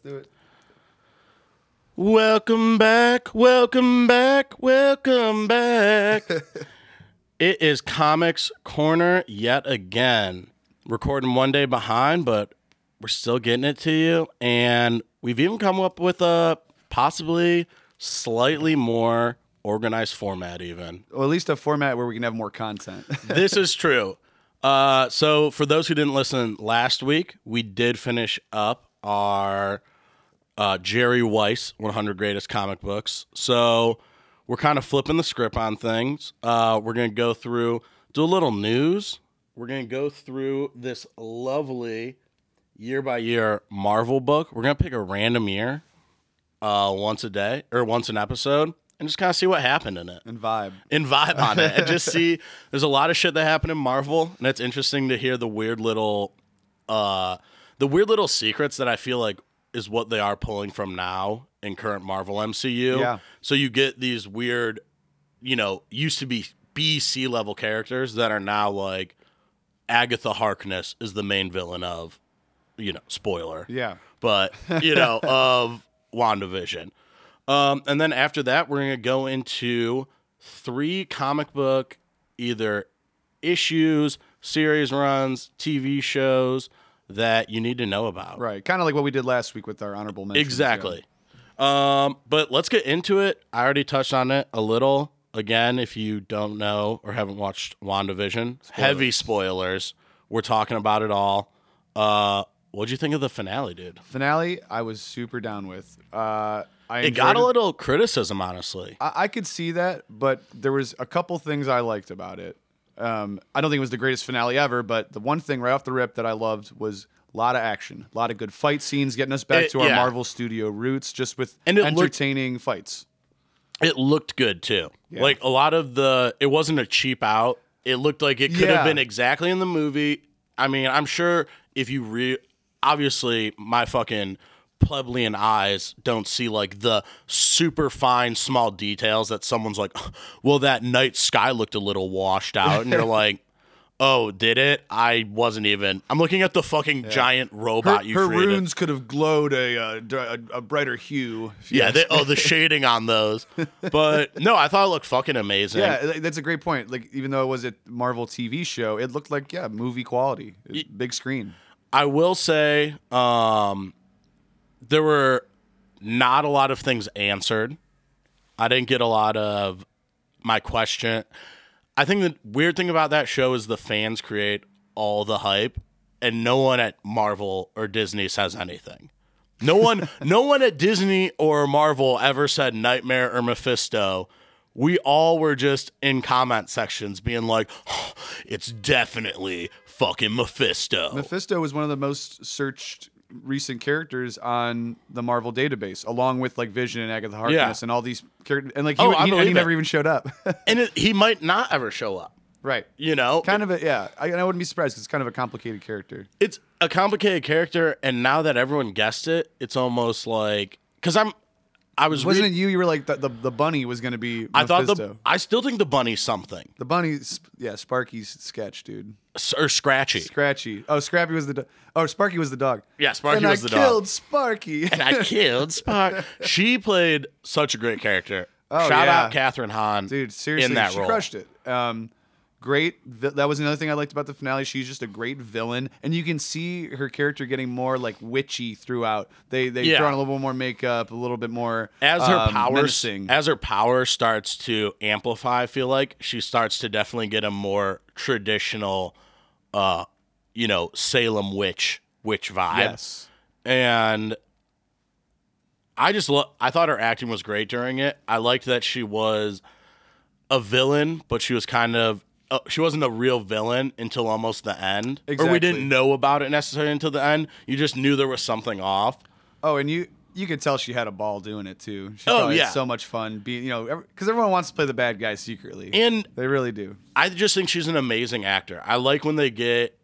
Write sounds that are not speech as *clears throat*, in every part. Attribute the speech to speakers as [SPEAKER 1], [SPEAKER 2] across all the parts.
[SPEAKER 1] do it.
[SPEAKER 2] Welcome back, welcome back, welcome back. it is Comics Corner yet again. Recording one day behind, but we're still getting it to you. And we've even come up with a possibly slightly more organized format, even.
[SPEAKER 1] Or at least a format where we can have more content. *laughs*
[SPEAKER 2] this is true. Uh, so, for those who didn't listen last week, we did finish up our uh, Jerry Weiss 100 Greatest Comic Books. So, we're kind of flipping the script on things. Uh, we're going to go through, do a little news. We're going to go through this lovely year by year Marvel book. We're going to pick a random year uh, once a day or once an episode and just kind of see what happened in it
[SPEAKER 1] and vibe.
[SPEAKER 2] and vibe on it and just see there's a lot of shit that happened in Marvel and it's interesting to hear the weird little uh the weird little secrets that I feel like is what they are pulling from now in current Marvel MCU.
[SPEAKER 1] Yeah.
[SPEAKER 2] So you get these weird, you know, used to be B C level characters that are now like Agatha Harkness is the main villain of, you know, spoiler
[SPEAKER 1] Yeah.
[SPEAKER 2] but you *laughs* know of WandaVision. Um, and then after that, we're gonna go into three comic book either issues, series runs, TV shows that you need to know about.
[SPEAKER 1] Right. Kind of like what we did last week with our honorable mentions.
[SPEAKER 2] Exactly. Um, but let's get into it. I already touched on it a little. Again, if you don't know or haven't watched WandaVision, heavy spoilers. We're talking about it all. Uh, what'd you think of the finale, dude?
[SPEAKER 1] Yeah. Finale, I was super down with. Uh, I
[SPEAKER 2] It got
[SPEAKER 1] enjoyed
[SPEAKER 2] a little criticism, honestly.
[SPEAKER 1] I, I could see that, but there was a couple things I liked about it. Um, I don't think it was the greatest finale ever, but the one thing right off the rip that I loved was a lot of action, a lot of good fight scenes, getting us back
[SPEAKER 2] It-
[SPEAKER 1] to our
[SPEAKER 2] yeah.
[SPEAKER 1] Marvel studio roots, just with
[SPEAKER 2] And it looked-
[SPEAKER 1] entertaining fights.
[SPEAKER 2] It looked good too. Like a lot of the, it wasn't a cheap out. It looked like it could
[SPEAKER 1] Yeah.
[SPEAKER 2] have been exactly in the movie. I mean, I'm sure if you re, obviously my fucking plebeian eyes don't see like the super fine small details that someone's like, *sighs* well, that night sky looked a little washed
[SPEAKER 1] *laughs*
[SPEAKER 2] out, and you're like. Oh, did it? I wasn't even. I'm looking at the fucking giant
[SPEAKER 1] Her,
[SPEAKER 2] robot you
[SPEAKER 1] her
[SPEAKER 2] created.
[SPEAKER 1] runes could have glowed a, uh, dr- a, a brighter hue. if you
[SPEAKER 2] Yeah,
[SPEAKER 1] ask
[SPEAKER 2] they, oh, the shading on those. But no, I thought it looked fucking amazing.
[SPEAKER 1] Yeah, th- that's a great point. Like, even though it was a Marvel TV show, it looked like yeah, movie quality, It's big screen.
[SPEAKER 2] I will say um, there were not a lot of things answered. I didn't get a lot of my question. I think the weird thing about that show is the fans create all the hype, and no one at Marvel or Disney says anything. No one, no one at Disney or Marvel ever said Nightmare or Mephisto. We all were just in comment sections being like, "It's definitely fucking Mephisto."
[SPEAKER 1] Mephisto was one of the most searched recent characters on the Marvel database, along with like Vision and Agatha Harkness and all these characters. And like he,
[SPEAKER 2] Oh, I
[SPEAKER 1] he- and he
[SPEAKER 2] believe
[SPEAKER 1] never
[SPEAKER 2] it.
[SPEAKER 1] even showed up. *laughs*
[SPEAKER 2] and it, he might not ever show up.
[SPEAKER 1] right.
[SPEAKER 2] You know,
[SPEAKER 1] Kind of a yeah. I, and I wouldn't be surprised 'cause it's kind of a complicated character.
[SPEAKER 2] it's a complicated character, and now that everyone guessed it, it's almost like because I'm, I was
[SPEAKER 1] Wasn't
[SPEAKER 2] read-
[SPEAKER 1] it you? You were like the the, the bunny was going to be.
[SPEAKER 2] I
[SPEAKER 1] Mephisto.
[SPEAKER 2] thought the I still think the bunny's something
[SPEAKER 1] the bunny. sp- Yeah, Sparky's sketch, dude.
[SPEAKER 2] S- or Scratchy,
[SPEAKER 1] Scratchy. Oh, Scrappy was the. Do- oh, Sparky was the dog.
[SPEAKER 2] Yeah, Sparky
[SPEAKER 1] and
[SPEAKER 2] was
[SPEAKER 1] I
[SPEAKER 2] the dog.
[SPEAKER 1] killed Sparky. *laughs*
[SPEAKER 2] and I killed Spark. she played such a great character.
[SPEAKER 1] Oh,
[SPEAKER 2] Shout
[SPEAKER 1] yeah.
[SPEAKER 2] out Catherine Hahn,
[SPEAKER 1] dude. Seriously,
[SPEAKER 2] in that
[SPEAKER 1] she
[SPEAKER 2] role.
[SPEAKER 1] crushed it. Um, great. vi- That was another thing I liked about the finale. She's just a great villain, and you can see her character getting more like witchy throughout. They they
[SPEAKER 2] Yeah.
[SPEAKER 1] throw on a little bit more makeup, a little bit more
[SPEAKER 2] as her
[SPEAKER 1] um,
[SPEAKER 2] powers
[SPEAKER 1] menacing.
[SPEAKER 2] as her power starts to amplify i feel like she starts to definitely get a more traditional uh you know salem witch witch vibe
[SPEAKER 1] yes.
[SPEAKER 2] and i just lo- i thought her acting was great during it i liked that she was a villain but she was kind of uh, she wasn't a real villain until almost the end or
[SPEAKER 1] Exactly.
[SPEAKER 2] we didn't know about it necessarily until the end you just knew there was something off
[SPEAKER 1] Oh, and you you could tell she had a ball doing it too. She
[SPEAKER 2] Oh,
[SPEAKER 1] probably had
[SPEAKER 2] yeah.
[SPEAKER 1] so much fun being you know because everyone wants to play the bad guy secretly.
[SPEAKER 2] and
[SPEAKER 1] they really do.
[SPEAKER 2] I just think she's an amazing actor. I like when they get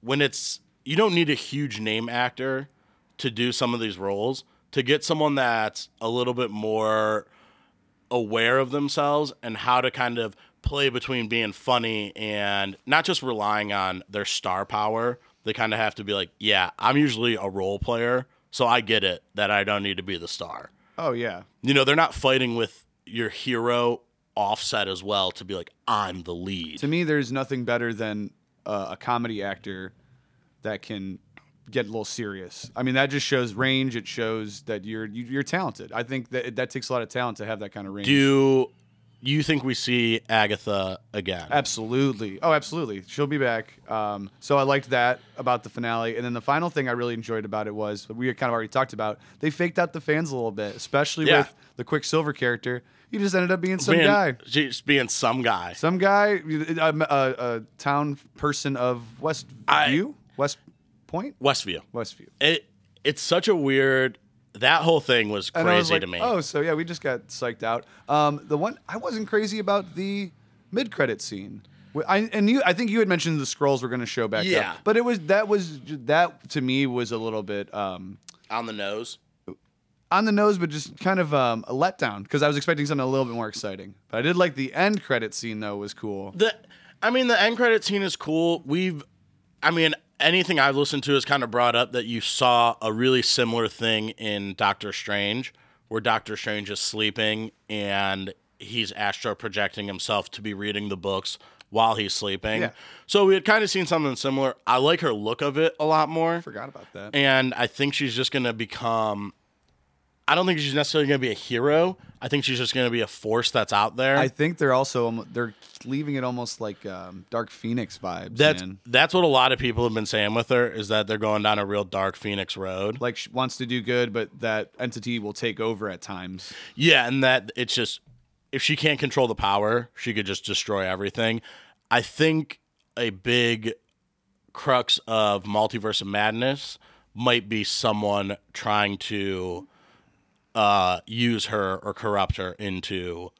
[SPEAKER 2] when it's you don't need a huge name actor to do some of these roles. To get someone that's a little bit more aware of themselves and how to kind of play between being funny and not just relying on their star power. They kind of have to be like, yeah, I'm usually a role player, So I get it that I don't need to be the star.
[SPEAKER 1] Oh yeah.
[SPEAKER 2] You know, they're not fighting with your hero offset as well to be like, I'm the lead.
[SPEAKER 1] To me, there's nothing better than uh, a comedy actor that can get a little serious. I mean, that just shows range. It shows that you're you, you're talented. I think that that takes a lot of talent to have that kind of range.
[SPEAKER 2] Do you think we see Agatha again?
[SPEAKER 1] Absolutely. Oh, absolutely. She'll be back. Um, so I liked that about the finale. And then the final thing I really enjoyed about it was we had kind of already talked about they faked out the fans a little bit, especially
[SPEAKER 2] Yeah.
[SPEAKER 1] with the Quicksilver character. He just ended up being some
[SPEAKER 2] being,
[SPEAKER 1] guy.
[SPEAKER 2] She's being some guy.
[SPEAKER 1] Some guy, a, a, a town person of Westview, West Point,
[SPEAKER 2] Westview.
[SPEAKER 1] Westview.
[SPEAKER 2] It it's such a weird that whole thing was
[SPEAKER 1] And
[SPEAKER 2] crazy
[SPEAKER 1] I was like,
[SPEAKER 2] to me.
[SPEAKER 1] Oh, so yeah, we just got psyched out. Um, the one I wasn't crazy about the mid-credit scene. Wh- I, and you, I think you had mentioned the scrolls were going to show back
[SPEAKER 2] Yeah.
[SPEAKER 1] up, but it was that was that to me was a little bit um,
[SPEAKER 2] On the nose.
[SPEAKER 1] on the nose, but just kind of um, a letdown because I was expecting something a little bit more exciting. But I did like the end credit scene though; was cool.
[SPEAKER 2] The I mean the end credit scene is cool. We've I mean anything I've listened to has kind of brought up that you saw a really similar thing in Doctor Strange where Doctor Strange is sleeping and he's astro projecting himself to be reading the books while he's sleeping.
[SPEAKER 1] Yeah.
[SPEAKER 2] So we had kind of seen something similar. I like her look of it a lot more.
[SPEAKER 1] Forgot about that.
[SPEAKER 2] and I think she's just gonna become. I don't think she's necessarily gonna be a hero. I think she's just gonna be a force that's out there.
[SPEAKER 1] I think they're also almo- they're leaving it almost like um, Dark Phoenix vibes.
[SPEAKER 2] that's
[SPEAKER 1] man.
[SPEAKER 2] that's what a lot of people have been saying with her is that they're going down a real dark Phoenix road.
[SPEAKER 1] like she wants to do good, but that entity will take over at times.
[SPEAKER 2] yeah, and that it's just if she can't control the power, she could just destroy everything. I think a big crux of multiverse of madness might be someone trying to uh, use her or corrupt her into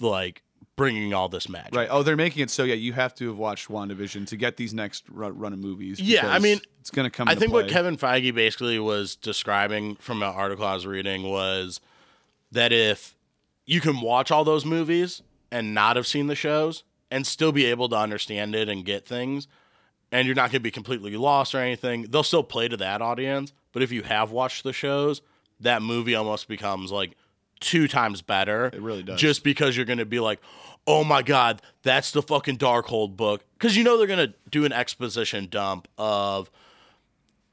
[SPEAKER 2] like bringing all this magic.
[SPEAKER 1] Right. Oh, they're making it so yeah, you have to have watched WandaVision to get these next run, run of movies.
[SPEAKER 2] Yeah, I
[SPEAKER 1] because
[SPEAKER 2] mean,
[SPEAKER 1] it's gonna come.
[SPEAKER 2] I
[SPEAKER 1] into
[SPEAKER 2] think what
[SPEAKER 1] play.
[SPEAKER 2] Kevin Feige basically was describing from an article I was reading was that if you can watch all those movies and not have seen the shows and still be able to understand it and get things, and you're not going to be completely lost or anything, they'll still play to that audience. But if you have watched the shows, that movie almost becomes like two times better. It
[SPEAKER 1] really does.
[SPEAKER 2] Just because you're going to be like, oh my God, that's the fucking Darkhold book. Because you know they're going to do an exposition dump of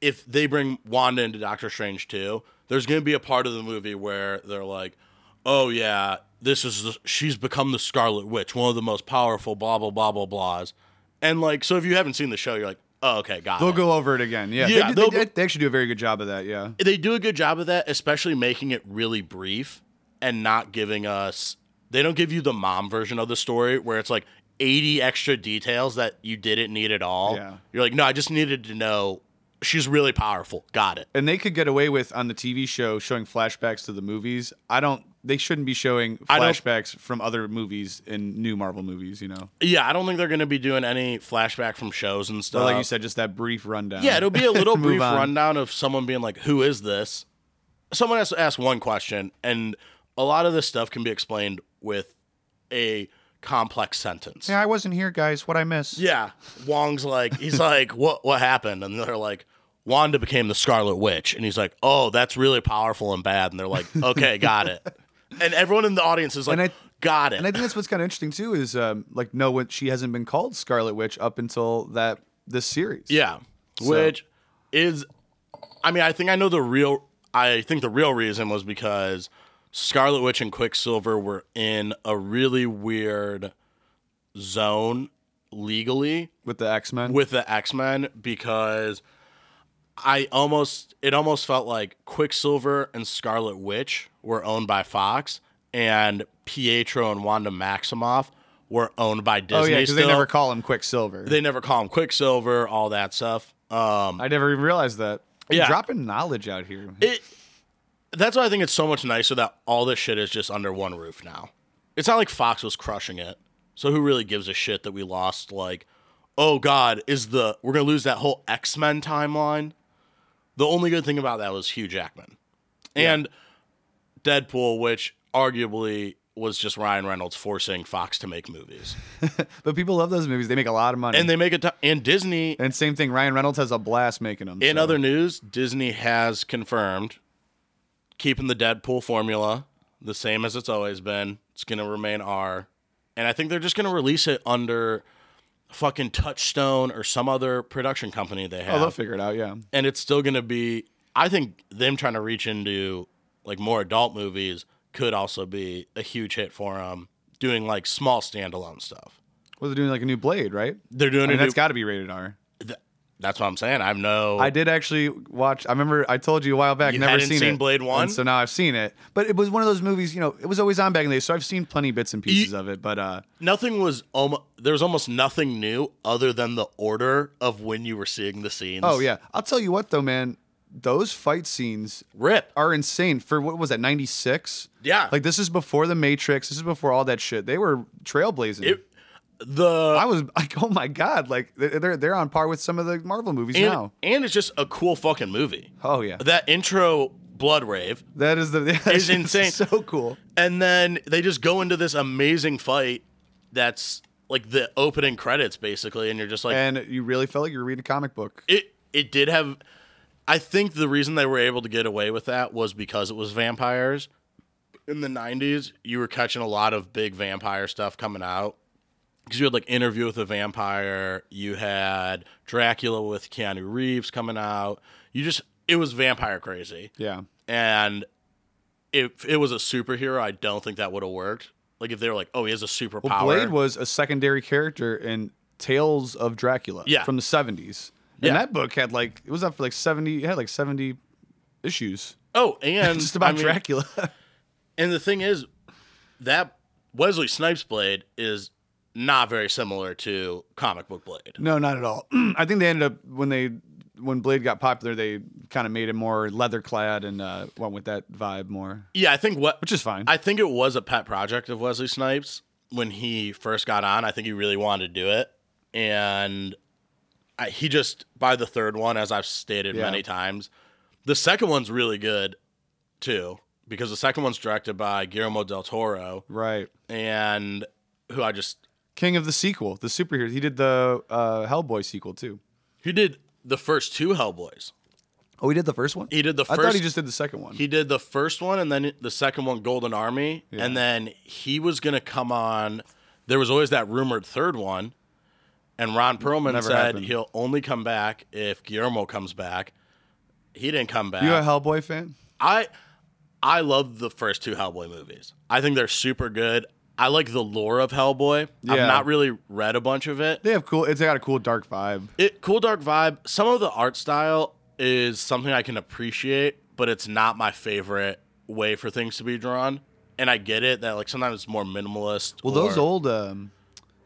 [SPEAKER 2] if they bring Wanda into Doctor Strange too, there's going to be a part of the movie where they're like, "Oh yeah, this is the, she's become the Scarlet Witch, one of the most powerful blah blah blah blah blahs." And like, so if you haven't seen the show, you're like, "Oh okay, got
[SPEAKER 1] they'll
[SPEAKER 2] it."
[SPEAKER 1] go over it again. Yeah.
[SPEAKER 2] Yeah,
[SPEAKER 1] They, do-
[SPEAKER 2] they'll
[SPEAKER 1] they,
[SPEAKER 2] go-
[SPEAKER 1] did- they actually do a very good job of that. Yeah.
[SPEAKER 2] they do a good job of that, especially making it really brief and not giving us. They don't give you the mom version of the story where it's like 80 extra details that you didn't need at all.
[SPEAKER 1] Yeah.
[SPEAKER 2] You're like, "No, I just needed to know she's really powerful." Got it.
[SPEAKER 1] And they could get away with on the TV show showing flashbacks to the movies. I don't. They shouldn't be showing
[SPEAKER 2] don't-
[SPEAKER 1] flashbacks from other movies in new Marvel movies. You know,
[SPEAKER 2] Yeah, I don't think they're going to be doing any flashback from shows and
[SPEAKER 1] but
[SPEAKER 2] stuff.
[SPEAKER 1] like you said, just that brief rundown.
[SPEAKER 2] Uh, yeah, it'll
[SPEAKER 1] *laughs*
[SPEAKER 2] be a little
[SPEAKER 1] Move
[SPEAKER 2] brief
[SPEAKER 1] on.
[SPEAKER 2] rundown of someone being like, "Who is this?" Someone has to ask one question, and a lot of this stuff can be explained with a complex sentence.
[SPEAKER 1] Yeah, I wasn't here, guys. What I miss?
[SPEAKER 2] Yeah, Wong's like, he's like, "What? What happened?" And they're like, "Wanda became the Scarlet Witch," and he's like, "Oh, that's really powerful and bad." And they're like, "Okay, got it."
[SPEAKER 1] *laughs*
[SPEAKER 2] And everyone in the audience is like,
[SPEAKER 1] And I-
[SPEAKER 2] "Got it."
[SPEAKER 1] And I think that's what's kind of interesting too is um, like no one she hasn't been called Scarlet Witch up until that this series.
[SPEAKER 2] Yeah. Which is I mean, I think I know the real I think the real reason was because Scarlet Witch and Quicksilver were in a really weird zone legally
[SPEAKER 1] with the X Men.
[SPEAKER 2] with the X-Men because I almost it almost felt like Quicksilver and Scarlet Witch were owned by Fox and Pietro and Wanda Maximoff were owned by Disney.
[SPEAKER 1] Oh yeah, because they
[SPEAKER 2] still.
[SPEAKER 1] never call him Quicksilver.
[SPEAKER 2] they never call him Quicksilver, all that stuff. Um
[SPEAKER 1] I never even realized that.
[SPEAKER 2] Yeah.
[SPEAKER 1] dropping knowledge out here.
[SPEAKER 2] it that's why I think it's so much nicer that all this shit is just under one roof now. It's not like Fox was crushing it. So who really gives a shit that we lost like oh god, is the we're going to lose that whole X-Men timeline? The only good thing about that was Hugh Jackman. And Deadpool which arguably was just Ryan Reynolds forcing Fox to make movies.
[SPEAKER 1] But people love those movies. They make a lot of money.
[SPEAKER 2] And
[SPEAKER 1] And,
[SPEAKER 2] they make it and Disney
[SPEAKER 1] same thing, Ryan Reynolds has a blast making them.
[SPEAKER 2] in
[SPEAKER 1] so.
[SPEAKER 2] other news, Disney has confirmed keeping the Deadpool formula the same as it's always been. It's going to remain R. And I think they're just going to release it under fucking Touchstone or some other production company they
[SPEAKER 1] oh,
[SPEAKER 2] have.
[SPEAKER 1] they'll figure it out. Yeah,
[SPEAKER 2] and it's still going to be i think them trying to reach into like more adult movies could also be a huge hit for them doing like small standalone stuff
[SPEAKER 1] well, they're doing like a new Blade, right?
[SPEAKER 2] they're doing
[SPEAKER 1] I mean,
[SPEAKER 2] a
[SPEAKER 1] that's
[SPEAKER 2] new,
[SPEAKER 1] got to be rated R.
[SPEAKER 2] th- that's what i'm saying i have no
[SPEAKER 1] I did actually watch. I remember I told you a while back.
[SPEAKER 2] You
[SPEAKER 1] never
[SPEAKER 2] hadn't
[SPEAKER 1] seen,
[SPEAKER 2] seen
[SPEAKER 1] it.
[SPEAKER 2] Blade
[SPEAKER 1] And
[SPEAKER 2] One?
[SPEAKER 1] so now I've seen it. But it was one of those movies. You know, it was always on back in the day, so I've seen plenty bits and pieces of it. But uh,
[SPEAKER 2] nothing was almost there was almost nothing new other than the order of when you were seeing the scenes
[SPEAKER 1] oh yeah, I'll tell you what though, man, those fight scenes
[SPEAKER 2] rip
[SPEAKER 1] are insane. For what was that, ninety six?
[SPEAKER 2] Yeah.
[SPEAKER 1] like this is before the Matrix. This is before all that shit. They were trailblazing.
[SPEAKER 2] It- uh the
[SPEAKER 1] I was *laughs* like, oh my god, like they're they're- they're on par with some of the Marvel movies
[SPEAKER 2] and,
[SPEAKER 1] now.
[SPEAKER 2] and it's just a cool fucking movie
[SPEAKER 1] Oh yeah,
[SPEAKER 2] that intro blood rave
[SPEAKER 1] that is the *laughs* that
[SPEAKER 2] It's insane.
[SPEAKER 1] So cool.
[SPEAKER 2] And then they just go into this amazing fight that's like the opening credits basically and you're just like
[SPEAKER 1] And you really felt like you were reading a comic book.
[SPEAKER 2] it it did have I think the reason they were able to get away with that was because it was vampires. In the 90s, you were catching a lot of big vampire stuff coming out. Because you had like Interview with a Vampire, you had Dracula with Keanu Reeves coming out. You just, it was vampire crazy
[SPEAKER 1] Yeah.
[SPEAKER 2] and if it was a superhero, I don't think that would have worked. Like if they were like, "Oh, he has a superpower."
[SPEAKER 1] Well, Blade was a secondary character in Tales of Dracula
[SPEAKER 2] Yeah.
[SPEAKER 1] from the 70s.
[SPEAKER 2] Yeah.
[SPEAKER 1] And that book had like, it was up for like 70, it had like 70 issues.
[SPEAKER 2] oh,
[SPEAKER 1] *laughs*
[SPEAKER 2] and
[SPEAKER 1] Just about
[SPEAKER 2] I mean,
[SPEAKER 1] Dracula.
[SPEAKER 2] And the thing is, that Wesley Snipes Blade is not very similar to comic book Blade.
[SPEAKER 1] no, not at all. *clears throat* I think they ended up, when they, when Blade got popular, they kind of made it more leather clad and uh, went with that vibe more,
[SPEAKER 2] Yeah, I think what
[SPEAKER 1] which is fine.
[SPEAKER 2] I think it was a pet project of Wesley Snipes when he first got on. I think he really wanted to do it, and I, he just by the third one, as I've stated
[SPEAKER 1] Yeah.
[SPEAKER 2] many times, the second one's really good too because the second one's directed by Guillermo del Toro,
[SPEAKER 1] right.
[SPEAKER 2] and who I just
[SPEAKER 1] King of the sequel, the superhero. He did the uh, Hellboy sequel too.
[SPEAKER 2] who did the first two Hellboys.
[SPEAKER 1] Oh, he did the first one?
[SPEAKER 2] He did the
[SPEAKER 1] I
[SPEAKER 2] first.
[SPEAKER 1] thought he just did the second one.
[SPEAKER 2] He did the first one and then the second one, Golden Army. And then he was going to come on. There was always that rumored third one. And Ron Perlman
[SPEAKER 1] Never
[SPEAKER 2] said
[SPEAKER 1] happened.
[SPEAKER 2] he'll only come back if Guillermo comes back. He didn't come back.
[SPEAKER 1] you a Hellboy fan?
[SPEAKER 2] I I love the first two Hellboy movies. I think they're super good. I like the lore of Hellboy.
[SPEAKER 1] Yeah.
[SPEAKER 2] I've not really read a bunch of it.
[SPEAKER 1] They have cool, it's got a cool dark vibe.
[SPEAKER 2] It cool dark vibe. Some of the art style is something I can appreciate, but it's not my favorite way for things to be drawn. And I get it that like sometimes it's more minimalist.
[SPEAKER 1] Well, those
[SPEAKER 2] or-
[SPEAKER 1] old um,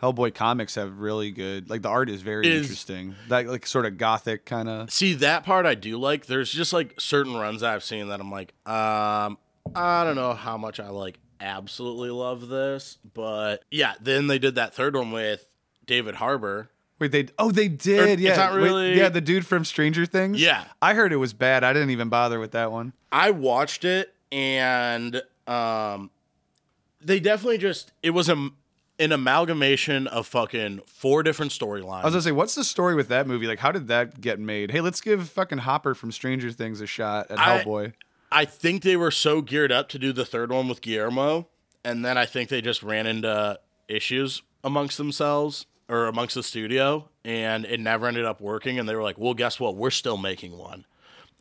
[SPEAKER 1] Hellboy comics have really good. Like the art is very
[SPEAKER 2] Is-
[SPEAKER 1] interesting. That like sort of gothic kind of.
[SPEAKER 2] see that part I do like. There's just like certain runs that I've seen that I'm like, um, I don't know how much I like absolutely love this, but yeah. Then they did that third one with David Harbor.
[SPEAKER 1] Wait, they oh they did.
[SPEAKER 2] it's
[SPEAKER 1] yeah,
[SPEAKER 2] not
[SPEAKER 1] Wait,
[SPEAKER 2] really-
[SPEAKER 1] yeah, the dude from Stranger Things.
[SPEAKER 2] Yeah.
[SPEAKER 1] I heard it was bad. I didn't even bother with that one.
[SPEAKER 2] I watched it and um they definitely just it was a an amalgamation of fucking four different
[SPEAKER 1] I was
[SPEAKER 2] storylines.
[SPEAKER 1] gonna say, what's the story with that movie? Like, how did that get made? Hey, let's give fucking Hopper from Stranger Things a shot at
[SPEAKER 2] I-
[SPEAKER 1] Hellboy.
[SPEAKER 2] I think they were so geared up to do the third one with Guillermo and then I think they just ran into issues amongst themselves or amongst the studio and it never ended up working and they were like, "Well, guess what? We're still making one."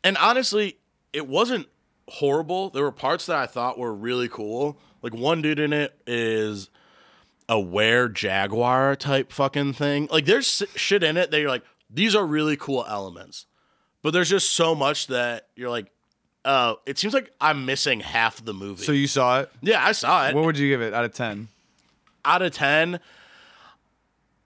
[SPEAKER 2] And honestly, it wasn't horrible. There were parts that I thought were really cool. Like one dude in it is a wear jaguar type fucking thing. Like there's s- shit in it that you're like, these are really cool elements, but there's just so much that you're like, oh, it seems like I'm missing half the movie.
[SPEAKER 1] So you saw it?
[SPEAKER 2] yeah, I saw it.
[SPEAKER 1] What would you give it out of ten?
[SPEAKER 2] out of ten,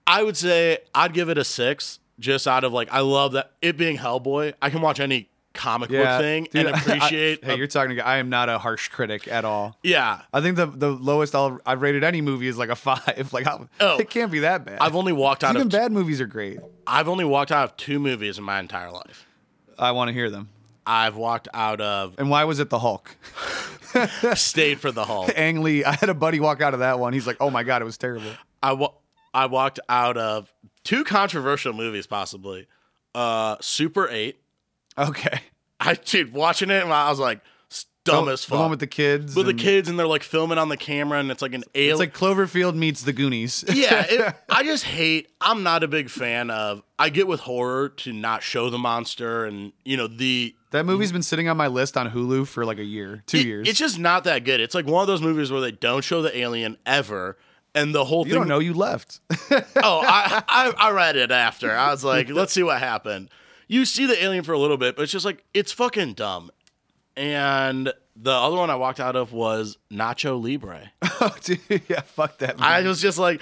[SPEAKER 2] I would say I'd give it a six. Just out of like, I love that it being Hellboy. I can watch any comic book thing
[SPEAKER 1] dude, *laughs*
[SPEAKER 2] and
[SPEAKER 1] I-
[SPEAKER 2] appreciate.
[SPEAKER 1] hey, you're talking. To, I am not a harsh critic at all.
[SPEAKER 2] yeah,
[SPEAKER 1] I think the the lowest I'll, I've rated any movie is like a five. *laughs* Like, how,
[SPEAKER 2] Oh.
[SPEAKER 1] it can't be that bad.
[SPEAKER 2] I've only walked out
[SPEAKER 1] Even
[SPEAKER 2] of
[SPEAKER 1] bad movies are great.
[SPEAKER 2] I've only walked out of two movies in my entire life.
[SPEAKER 1] I want to hear them. *laughs*
[SPEAKER 2] I've walked out of
[SPEAKER 1] And why was it the Hulk?
[SPEAKER 2] Stayed for the Hulk.
[SPEAKER 1] Ang Lee, I had a buddy walk out of that one. He's like, "Oh my god, it was terrible."
[SPEAKER 2] I wa- I walked out of two controversial movies, possibly. Uh, Super Eight.
[SPEAKER 1] Okay,
[SPEAKER 2] I dude, watching it, and I was like, "It's dumb as
[SPEAKER 1] The one
[SPEAKER 2] fuck.
[SPEAKER 1] with the kids.
[SPEAKER 2] with the
[SPEAKER 1] and-
[SPEAKER 2] kids, and they're like filming on the camera, and it's like an alien.
[SPEAKER 1] It's like Cloverfield meets the Goonies.
[SPEAKER 2] yeah, it, I just hate. I'm not a big fan of. I get with horror to not show the monster, and you know the.
[SPEAKER 1] *laughs* that movie's been sitting on my list on Hulu for like a year, two
[SPEAKER 2] it-
[SPEAKER 1] years.
[SPEAKER 2] It's just not that good. It's like one of those movies where they don't show the alien ever, and the whole
[SPEAKER 1] you
[SPEAKER 2] thing.
[SPEAKER 1] don't know you left. *laughs*
[SPEAKER 2] oh, I, I I read it after. I was like, let's see what happened. You see the alien for a little bit, but it's just like it's fucking dumb. And the other one I walked out of was Nacho Libre.
[SPEAKER 1] oh, dude, yeah, fuck that. Movie.
[SPEAKER 2] I
[SPEAKER 1] I,
[SPEAKER 2] was just like,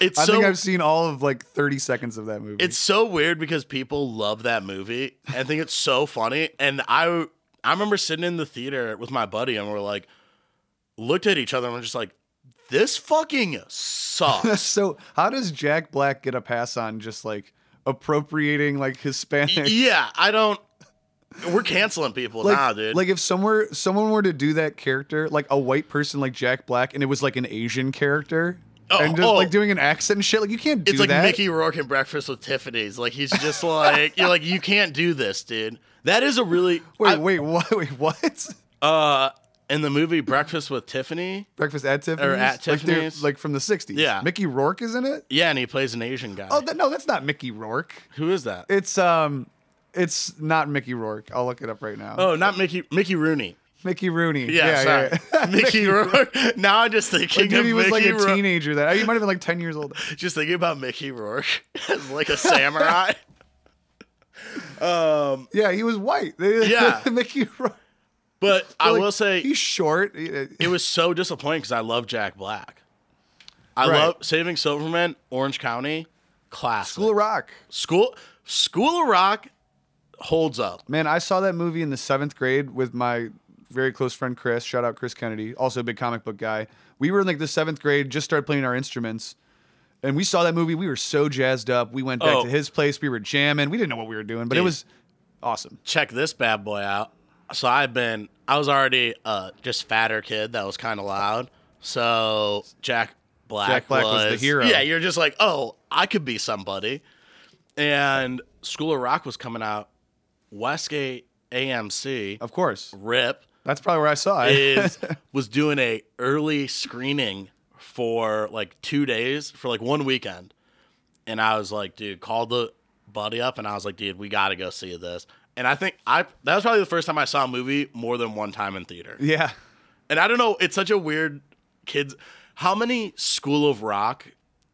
[SPEAKER 2] it's so
[SPEAKER 1] think I've seen all of like 30 seconds of that movie.
[SPEAKER 2] it's so weird because people love that movie and think it's so funny. And I I remember sitting in the theater with my buddy and we're like, looked at each other and we're just like, this fucking
[SPEAKER 1] *laughs*
[SPEAKER 2] sucks.
[SPEAKER 1] so how does Jack Black get a pass on just like appropriating like Hispanic?
[SPEAKER 2] yeah, I don't. We're canceling people
[SPEAKER 1] Like,
[SPEAKER 2] now, dude.
[SPEAKER 1] like if somewhere someone were to do that character, like a white person like Jack Black, and it was like an Asian character,
[SPEAKER 2] Oh,
[SPEAKER 1] and just
[SPEAKER 2] oh.
[SPEAKER 1] like doing an accent and shit, like you can't do
[SPEAKER 2] It's like
[SPEAKER 1] that.
[SPEAKER 2] Mickey Rourke in Breakfast with Tiffany's. Like he's just like you're like you can't do this, dude. That is a really
[SPEAKER 1] wait,
[SPEAKER 2] I-
[SPEAKER 1] wait, what? *laughs* Wait, what?
[SPEAKER 2] uh in the movie Breakfast with Tiffany.
[SPEAKER 1] Breakfast at Tiffany's,
[SPEAKER 2] at
[SPEAKER 1] Like, they're-
[SPEAKER 2] Tiffany's.
[SPEAKER 1] like from the '60s.
[SPEAKER 2] Yeah.
[SPEAKER 1] Mickey Rourke is in it.
[SPEAKER 2] Yeah, and he plays an Asian guy.
[SPEAKER 1] Oh that, no, that's not Mickey Rourke.
[SPEAKER 2] Who is that?
[SPEAKER 1] It's um, it's not Mickey Rourke. I'll look it up right now.
[SPEAKER 2] Oh, not Mickey Mickey Rooney.
[SPEAKER 1] Mickey Rooney.
[SPEAKER 2] Yeah, sorry.
[SPEAKER 1] yeah. *laughs*
[SPEAKER 2] Mickey Rourke. Now I'm just thinking
[SPEAKER 1] Dude,
[SPEAKER 2] of
[SPEAKER 1] he was like
[SPEAKER 2] Mickey
[SPEAKER 1] a
[SPEAKER 2] Rourke.
[SPEAKER 1] teenager. That he might have been like ten years old.
[SPEAKER 2] Just thinking about Mickey Rourke *laughs* as like
[SPEAKER 1] *laughs*
[SPEAKER 2] a samurai. um,
[SPEAKER 1] Yeah, he was white. *laughs*
[SPEAKER 2] Yeah.
[SPEAKER 1] Mickey Rourke.
[SPEAKER 2] but I
[SPEAKER 1] Like,
[SPEAKER 2] will say
[SPEAKER 1] he's short. He- uh,
[SPEAKER 2] it was so disappointing because I love Jack Black. I
[SPEAKER 1] Right.
[SPEAKER 2] love Saving Silverman, Orange County, classic.
[SPEAKER 1] School of Rock.
[SPEAKER 2] School School of Rock holds up.
[SPEAKER 1] Man, I saw that movie in the seventh grade with my very close friend Chris. Shout out Chris Kennedy, also a big comic book guy. We were in like the seventh grade, just started playing our instruments, and we saw that movie. We were so jazzed up. We went back
[SPEAKER 2] Oh.
[SPEAKER 1] to his place. We were jamming. We didn't know what we were doing, but it
[SPEAKER 2] Dude.
[SPEAKER 1] was awesome.
[SPEAKER 2] Check this bad boy out. So I've been I was already uh just fatter kid that was kind of loud. So Jack Black,
[SPEAKER 1] Jack Black was the hero.
[SPEAKER 2] Yeah, you're just like, "Oh, I could be somebody." And School of Rock was coming out. Westgate AMC
[SPEAKER 1] Of course,
[SPEAKER 2] Rip
[SPEAKER 1] that's probably where I saw it.
[SPEAKER 2] is was doing a early screening for like two days for like one weekend, and I was like, dude, called the buddy up, and I was like, dude, we gotta go see this. And I think I that was probably the first time I saw a movie more than one time in theater.
[SPEAKER 1] *laughs* yeah,
[SPEAKER 2] And I don't know, it's such a weird kids. How many School of Rock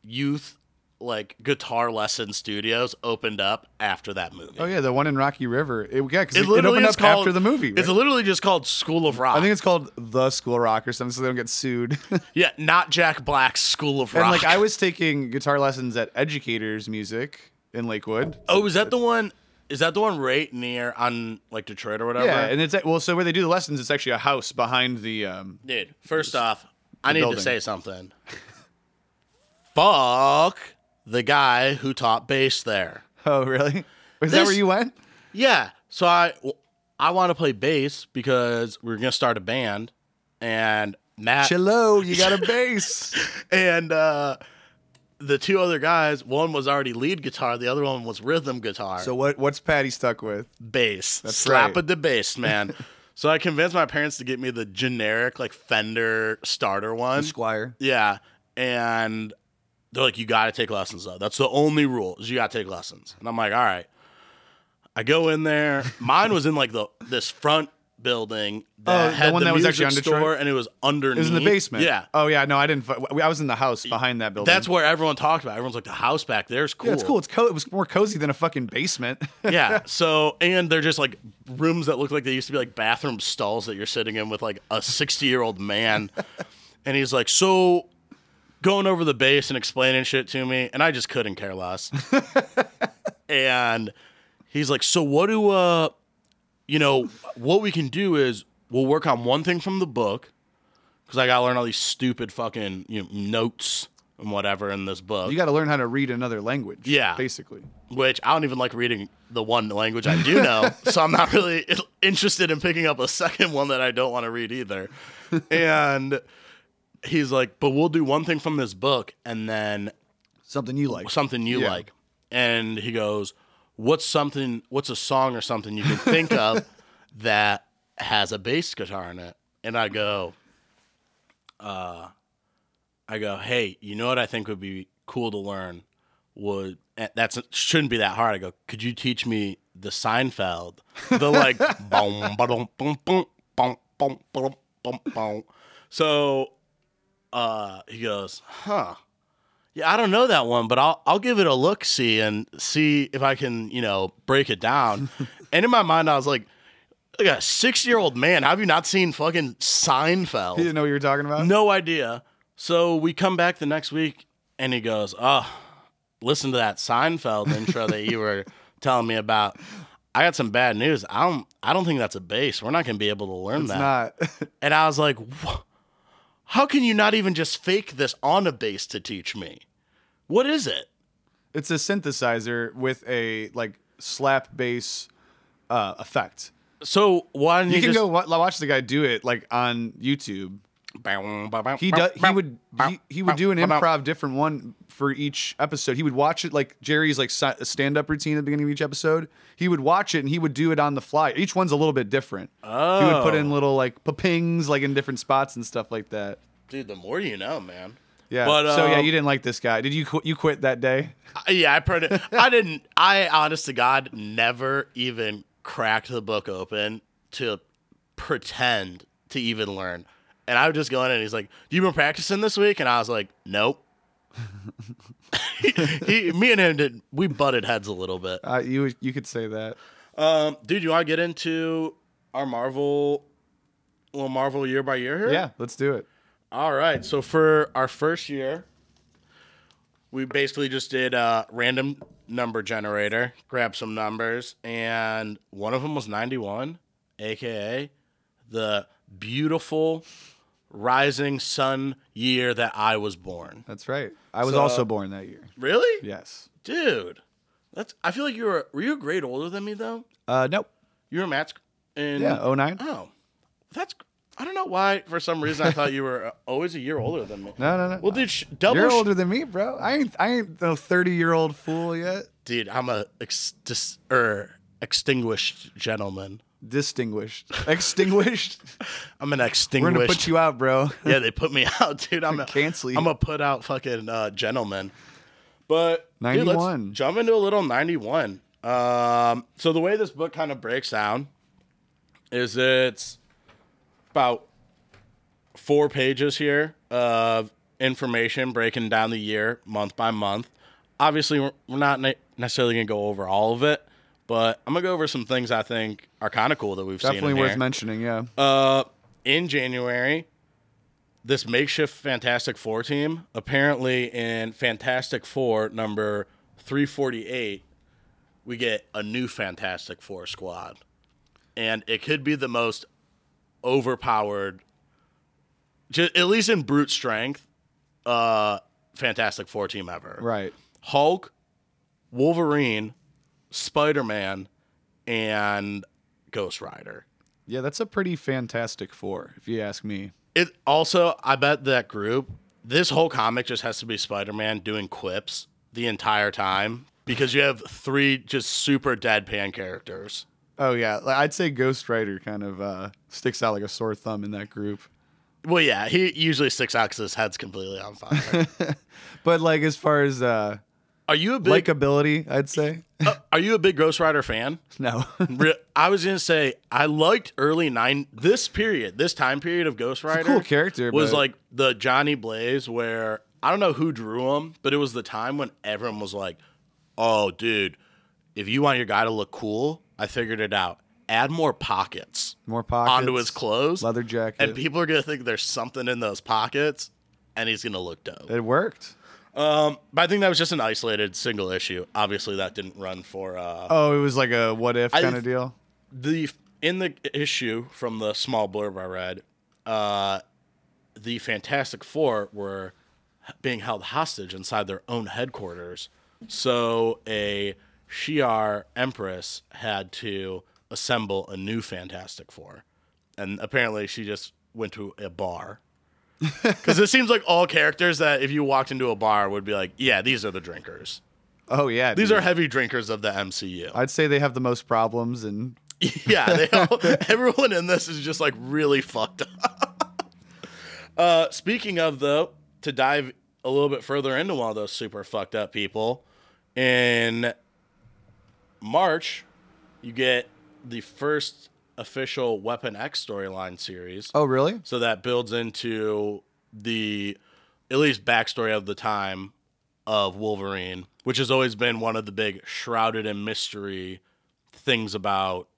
[SPEAKER 2] youth like guitar lesson studios opened up after that movie?
[SPEAKER 1] oh yeah, the one in Rocky River. It, yeah, because
[SPEAKER 2] It
[SPEAKER 1] it,
[SPEAKER 2] literally
[SPEAKER 1] opened
[SPEAKER 2] is
[SPEAKER 1] up
[SPEAKER 2] called,
[SPEAKER 1] after the movie.
[SPEAKER 2] It's
[SPEAKER 1] right?
[SPEAKER 2] literally just called School of Rock.
[SPEAKER 1] I think it's called the School of Rock or something, so they don't get sued. *laughs*
[SPEAKER 2] Yeah, not Jack Black's School of Rock.
[SPEAKER 1] and like I was taking guitar lessons at Educators Music in Lakewood.
[SPEAKER 2] oh, is that the one? Is that the one right near on like Detroit or whatever?
[SPEAKER 1] Yeah, and it's well, so where they do the lessons, it's actually a house behind the. Um, *laughs*
[SPEAKER 2] Dude, first off, I need
[SPEAKER 1] building.
[SPEAKER 2] to say something. Fuck the guy who taught bass there.
[SPEAKER 1] oh, really? Is that
[SPEAKER 2] This-
[SPEAKER 1] where you went?
[SPEAKER 2] Yeah, so I I want to play bass because we're gonna start a band, and Matt
[SPEAKER 1] Chillo, you *laughs* got a bass.
[SPEAKER 2] and uh, the two other guys. One was already lead guitar, the other one was rhythm guitar.
[SPEAKER 1] so what? What's Patty stuck with?
[SPEAKER 2] bass. Slap
[SPEAKER 1] right.
[SPEAKER 2] at the
[SPEAKER 1] *laughs*
[SPEAKER 2] bass, man. so I convinced my parents to get me the generic like Fender starter one.
[SPEAKER 1] Squire.
[SPEAKER 2] Yeah. And they're like, you got to take lessons though. That's the only rule is you got to take lessons. And I'm like, all right. I go in there. Mine was in like the this front building that
[SPEAKER 1] Oh, the
[SPEAKER 2] had the,
[SPEAKER 1] one that was actually
[SPEAKER 2] music
[SPEAKER 1] on
[SPEAKER 2] store,
[SPEAKER 1] Detroit?
[SPEAKER 2] and it was underneath.
[SPEAKER 1] It was in the basement.
[SPEAKER 2] Yeah.
[SPEAKER 1] Oh yeah, no, I didn't. fi- I was in the house behind that building.
[SPEAKER 2] That's where everyone talked about. it. Everyone's like, the house back there is cool.
[SPEAKER 1] yeah, it's cool. It's co- it was more cozy than a fucking basement. *laughs*
[SPEAKER 2] yeah. So, and they're just like rooms that look like they used to be like bathroom stalls that you're sitting in with like a 60 year old man. And he's like, so going over the bass and explaining shit to me. And I just couldn't care less. and he's like, so what do, uh, you know, what we can do is we'll work on one thing from the book because I got to learn all these stupid fucking you know, notes. and whatever in this book.
[SPEAKER 1] You got to learn how to read another language.
[SPEAKER 2] Yeah.
[SPEAKER 1] basically.
[SPEAKER 2] which I don't even like reading the one language I do know, so I'm not really interested in picking up a second one that I don't want to read either. And he's like, "But we'll do one thing from this book and then
[SPEAKER 1] Something you like.
[SPEAKER 2] something you
[SPEAKER 1] Yeah.
[SPEAKER 2] like." And he goes, "What's something what's a song or something you
[SPEAKER 1] *laughs*
[SPEAKER 2] can think of that has a bass guitar in it?" And I go, uh, I go, hey, you know what I think would be cool to learn would eh, that's shouldn't be that hard. I go, could you teach me the Seinfeld,
[SPEAKER 1] *laughs*
[SPEAKER 2] the like, boom, ba-dum, boom, boom, boom, boom, boom, boom, boom. so uh, he goes, huh, yeah, I don't know that one, but I'll I'll give it a look, see, and see if I can you know break
[SPEAKER 1] *laughs*
[SPEAKER 2] it down. and in my mind, I was like, like a six year old man, have you not seen fucking Seinfeld?
[SPEAKER 1] You didn't know what you were talking about.
[SPEAKER 2] No idea. So we come back the next week and he goes, Oh, listen to that Seinfeld intro that
[SPEAKER 1] *laughs*
[SPEAKER 2] you were telling me about. I got some bad news. I don't I don't think that's a bass. We're not gonna be able to learn
[SPEAKER 1] it's
[SPEAKER 2] that.
[SPEAKER 1] not. *laughs*
[SPEAKER 2] And I was like, "Wha- how can you not even just fake this on a bass to teach me? What is it?
[SPEAKER 1] it's a synthesizer with a like slap bass uh, effect.
[SPEAKER 2] So why didn't
[SPEAKER 1] You
[SPEAKER 2] you,
[SPEAKER 1] can
[SPEAKER 2] just
[SPEAKER 1] go wa- watch the guy do it like on YouTube. He does. He would. He, he would do an improv different one for each episode. He would watch it like Jerry's like si- stand up routine at the beginning of each episode. He would watch it and he would do it on the fly. Each one's a little bit different. Oh. He would put in little like papings like in different spots and stuff like that.
[SPEAKER 2] Dude, the more you know, man.
[SPEAKER 1] Yeah.
[SPEAKER 2] But,
[SPEAKER 1] so yeah,
[SPEAKER 2] um,
[SPEAKER 1] you didn't like this guy. Did you qu- you quit that day?
[SPEAKER 2] Yeah, I pretty, I didn't. I honest to God never even cracked the book open to pretend to even learn. And I would just go in and he's like, "You been practicing this week?" And I was like, "Nope." *laughs* he, me and him did. We butted heads a little bit.
[SPEAKER 1] Uh, you would- you could say that.
[SPEAKER 2] Um, dude, you want to get into our Marvel, little Marvel year by year here?
[SPEAKER 1] Yeah. Let's do it.
[SPEAKER 2] All right. So for our first year, we basically just did a random number generator, grabbed some numbers, and one of them was 91, aka the beautiful rising sun year that I was born.
[SPEAKER 1] That's right. I was
[SPEAKER 2] So-
[SPEAKER 1] also born that year.
[SPEAKER 2] Really?
[SPEAKER 1] Yes.
[SPEAKER 2] Dude. That's I feel like you were were you a grade older than me though?
[SPEAKER 1] Uh, nope.
[SPEAKER 2] You were Matt's in
[SPEAKER 1] Yeah. Oh nine.
[SPEAKER 2] Oh. That's I don't know why for some reason I thought you were uh, always a year older than me.
[SPEAKER 1] No, no, no.
[SPEAKER 2] Well, dude, sh- double
[SPEAKER 1] You're
[SPEAKER 2] sh-
[SPEAKER 1] older than me, bro. I ain't I ain't no thirty year old fool yet.
[SPEAKER 2] dude, I'm a ex- dis- er, extinguished gentleman.
[SPEAKER 1] Distinguished, *laughs* extinguished.
[SPEAKER 2] I'm an
[SPEAKER 1] We're
[SPEAKER 2] extinguished.
[SPEAKER 1] gonna put you out, bro.
[SPEAKER 2] *laughs* yeah, they put me out, dude. I'm a,
[SPEAKER 1] Cancel you.
[SPEAKER 2] I'm a put out fucking uh, gentleman. But dude, let's
[SPEAKER 1] 91.
[SPEAKER 2] jump into a little 91. Um, so the way this book kind of breaks down is it's about four pages here of information breaking down the year month by month. Obviously, we're we're not ne- necessarily going to go over all of it, but I'm going to go over some things I think are kind of cool that we've seen.
[SPEAKER 1] Definitely
[SPEAKER 2] in
[SPEAKER 1] worth
[SPEAKER 2] here.
[SPEAKER 1] mentioning. Yeah.
[SPEAKER 2] Uh, in January, this makeshift Fantastic Four team, apparently in Fantastic Four number 348, we get a new Fantastic Four squad. And it could be the most overpowered, ju- at least in brute strength, uh, Fantastic Four team ever.
[SPEAKER 1] right.
[SPEAKER 2] Hulk, Wolverine, Spider Man, and Ghost Rider.
[SPEAKER 1] Yeah, that's a pretty fantastic four, if you ask me.
[SPEAKER 2] It also, I bet that group, this whole comic just has to be Spider Man doing quips the entire time because you have three just super deadpan characters.
[SPEAKER 1] Oh yeah, like, I'd say Ghost Rider kind of uh, sticks out like a sore thumb in that group.
[SPEAKER 2] Well, yeah, he usually sticks out because his head's completely on fire.
[SPEAKER 1] But like as far as uh,
[SPEAKER 2] are you a big
[SPEAKER 1] likability, I'd say *laughs*
[SPEAKER 2] uh, Are you a big Ghost Rider fan?
[SPEAKER 1] no.
[SPEAKER 2] Re- I was gonna say I liked early nine this period, this time period of Ghost Rider.
[SPEAKER 1] cool character,
[SPEAKER 2] was
[SPEAKER 1] but-
[SPEAKER 2] like the Johnny Blaze, where I don't know who drew him, but it was the time when everyone was like, "Oh, dude, if you want your guy to look cool, I figured it out. Add more pockets,
[SPEAKER 1] More pockets
[SPEAKER 2] onto his clothes,
[SPEAKER 1] leather jacket.
[SPEAKER 2] and people are gonna think there's something in those pockets, and he's gonna look dope."
[SPEAKER 1] it worked.
[SPEAKER 2] Um, but I think that was just an isolated single issue. Obviously, that didn't run for uh,
[SPEAKER 1] Oh, it was like a what if kind of deal.
[SPEAKER 2] the in the issue from the small blurb I read, uh, the Fantastic Four were being held hostage inside their own headquarters. So a Shi'ar empress had to assemble a new Fantastic Four, and apparently she just went to a bar. Because it seems like all characters that if you walked into a bar would be like, yeah, these are the drinkers.
[SPEAKER 1] Oh yeah,
[SPEAKER 2] These
[SPEAKER 1] dude.
[SPEAKER 2] are heavy drinkers of the MCU.
[SPEAKER 1] I'd say they have the most problems, and
[SPEAKER 2] *laughs* yeah, they all, everyone in this is just like really fucked up. *laughs* uh, speaking of though, to dive a little bit further into one of those super fucked up people, in March, you get the first official Weapon X storyline series.
[SPEAKER 1] oh really?
[SPEAKER 2] So that builds into the at least backstory of the time of Wolverine, which has always been one of the big shrouded in mystery things about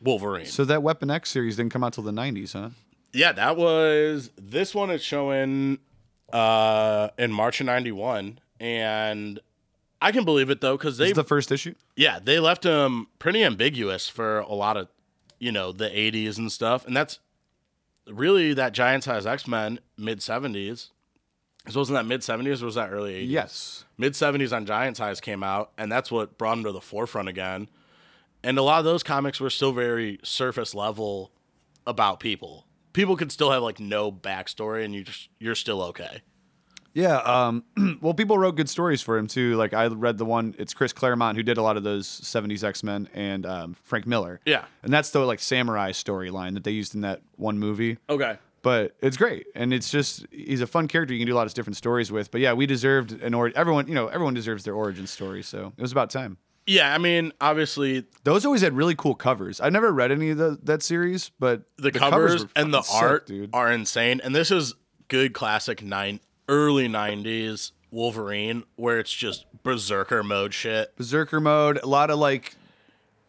[SPEAKER 2] Wolverine.
[SPEAKER 1] So that Weapon X series didn't come out till the '90s, huh?
[SPEAKER 2] yeah, that was this one is showing uh in March of 91 and I can believe it though cuz they
[SPEAKER 1] It's the first issue.
[SPEAKER 2] yeah, they left him pretty ambiguous for a lot of, you know, the 80s and stuff. And that's really that giant size X Men mid 70s. So wasn't that mid 70s or was that early 80s?
[SPEAKER 1] Yes.
[SPEAKER 2] Mid 70s on Giant Size came out, and that's what brought him to the forefront again. And a lot of those comics were still very surface level about people. People could still have like no backstory, and you just, you're still okay.
[SPEAKER 1] Yeah. Um, *clears throat* well, people wrote good stories for him too. Like I read the one. It's Chris Claremont who did a lot of those '70s X Men and um, Frank Miller.
[SPEAKER 2] Yeah.
[SPEAKER 1] And that's the like samurai storyline that they used in that one movie.
[SPEAKER 2] Okay.
[SPEAKER 1] But it's great, and it's just he's a fun character you can do a lot of different stories with. But yeah, we deserved an or everyone you know everyone deserves their origin story, so it was about time.
[SPEAKER 2] Yeah, I mean, obviously
[SPEAKER 1] Those always had really cool covers. I've never read any of the, that series, but
[SPEAKER 2] the, covers,
[SPEAKER 1] were
[SPEAKER 2] and the
[SPEAKER 1] fucking sick,
[SPEAKER 2] art
[SPEAKER 1] dude.
[SPEAKER 2] are insane. And this is good classic nine early nineties Wolverine, where it's just berserker mode shit.
[SPEAKER 1] Berserker mode, a lot of like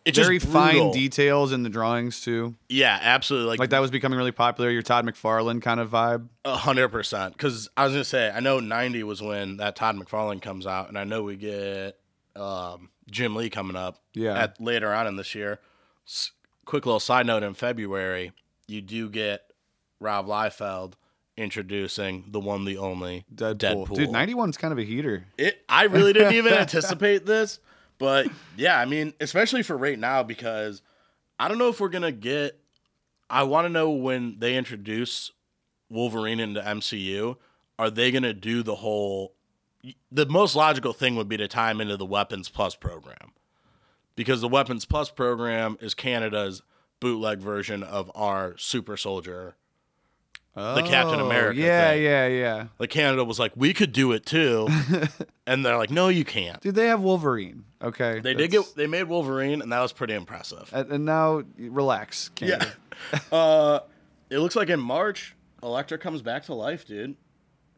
[SPEAKER 2] It's
[SPEAKER 1] very
[SPEAKER 2] just
[SPEAKER 1] fine
[SPEAKER 2] brutal.
[SPEAKER 1] details in the drawings too.
[SPEAKER 2] Yeah, absolutely.
[SPEAKER 1] Like
[SPEAKER 2] Like
[SPEAKER 1] that was becoming really popular. Your Todd McFarlane kind of vibe.
[SPEAKER 2] hundred percent. Because I was gonna say, I know ninety was when that Todd McFarlane comes out, and I know we get um, Jim Lee coming up.
[SPEAKER 1] Yeah.
[SPEAKER 2] At later on in this year. S- quick little side note: in February, you do get Rob Liefeld introducing the one, the only
[SPEAKER 1] Deadpool, dude. Ninety one's kind of a heater.
[SPEAKER 2] It, I really didn't even anticipate this, but yeah, I mean, especially for right now because I don't know if we're gonna get. I want to know when they introduce Wolverine into MCU. Are they gonna do the whole? The most logical thing would be to tie him into the Weapons Plus program, because the Weapons Plus program is Canada's bootleg version of our Super Soldier
[SPEAKER 1] Oh,
[SPEAKER 2] Captain America
[SPEAKER 1] Yeah,
[SPEAKER 2] thing.
[SPEAKER 1] yeah, yeah.
[SPEAKER 2] like Canada was like, we could do it too. and they're like, no, you can't.
[SPEAKER 1] Dude, they have Wolverine. Okay,
[SPEAKER 2] They did
[SPEAKER 1] that's-
[SPEAKER 2] get they made Wolverine, and that was pretty impressive.
[SPEAKER 1] And and now relax, Canada.
[SPEAKER 2] uh, it looks like in March, Elektra comes back to life, dude.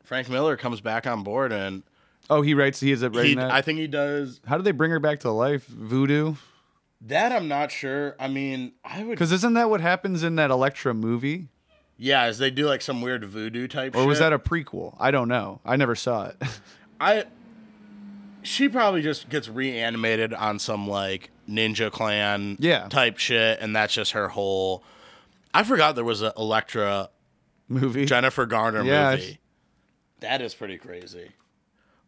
[SPEAKER 2] Frank Miller comes back on board, and
[SPEAKER 1] Oh, he writes. He is up writing
[SPEAKER 2] he,
[SPEAKER 1] that.
[SPEAKER 2] I think he does
[SPEAKER 1] How do they bring her back to life? Voodoo.
[SPEAKER 2] that. I'm not sure. I mean, I would.
[SPEAKER 1] Because isn't that what happens in that Elektra movie?
[SPEAKER 2] Yeah, is they do like some weird voodoo type.
[SPEAKER 1] Or was
[SPEAKER 2] shit.
[SPEAKER 1] that a prequel? I don't know. I never saw it. *laughs*
[SPEAKER 2] I? She probably just gets reanimated on some like ninja clan
[SPEAKER 1] Yeah.
[SPEAKER 2] type shit, and that's just her whole. I forgot there was an Elektra
[SPEAKER 1] movie.
[SPEAKER 2] Jennifer Garner
[SPEAKER 1] Yeah,
[SPEAKER 2] movie. That is pretty crazy.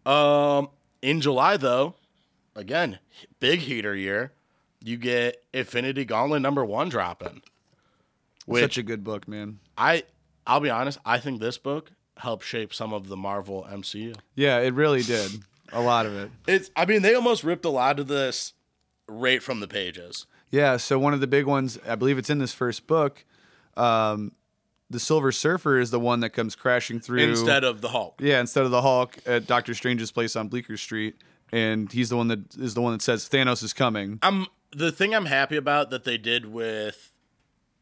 [SPEAKER 2] Um, in July though, again, big heater year. You get Infinity Gauntlet number one dropping. Which
[SPEAKER 1] Such a good book, man.
[SPEAKER 2] I, I'll be honest, I think this book helped shape some of the Marvel MCU.
[SPEAKER 1] Yeah, it really did. A lot of it.
[SPEAKER 2] It's, I mean, they almost ripped a lot of this right from the pages.
[SPEAKER 1] Yeah. So one of the big ones, I believe it's in this first book. Um, the Silver Surfer is the one that comes crashing through.
[SPEAKER 2] Instead of the Hulk,
[SPEAKER 1] yeah, instead of the Hulk at Doctor Strange's place on Bleecker Street, and he's the one that is the one that says Thanos is coming.
[SPEAKER 2] I'm the thing I'm happy about that they did with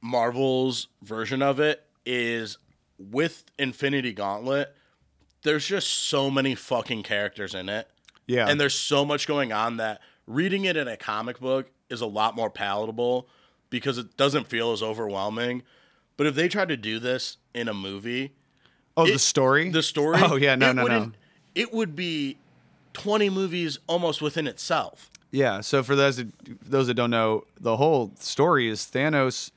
[SPEAKER 2] Marvel's version of it is with Infinity Gauntlet. There's just so many fucking characters in it,
[SPEAKER 1] Yeah.
[SPEAKER 2] and there's so much going on that reading it in a comic book is a lot more palatable because it doesn't feel as overwhelming. But if they tried to do this in a movie,
[SPEAKER 1] oh,
[SPEAKER 2] it-
[SPEAKER 1] the story.
[SPEAKER 2] the story,
[SPEAKER 1] *laughs* Oh yeah, no,
[SPEAKER 2] it
[SPEAKER 1] no, no.
[SPEAKER 2] wouldn't- it would be twenty movies almost within itself.
[SPEAKER 1] Yeah. So for those that, those that don't know, the whole story is Thanos,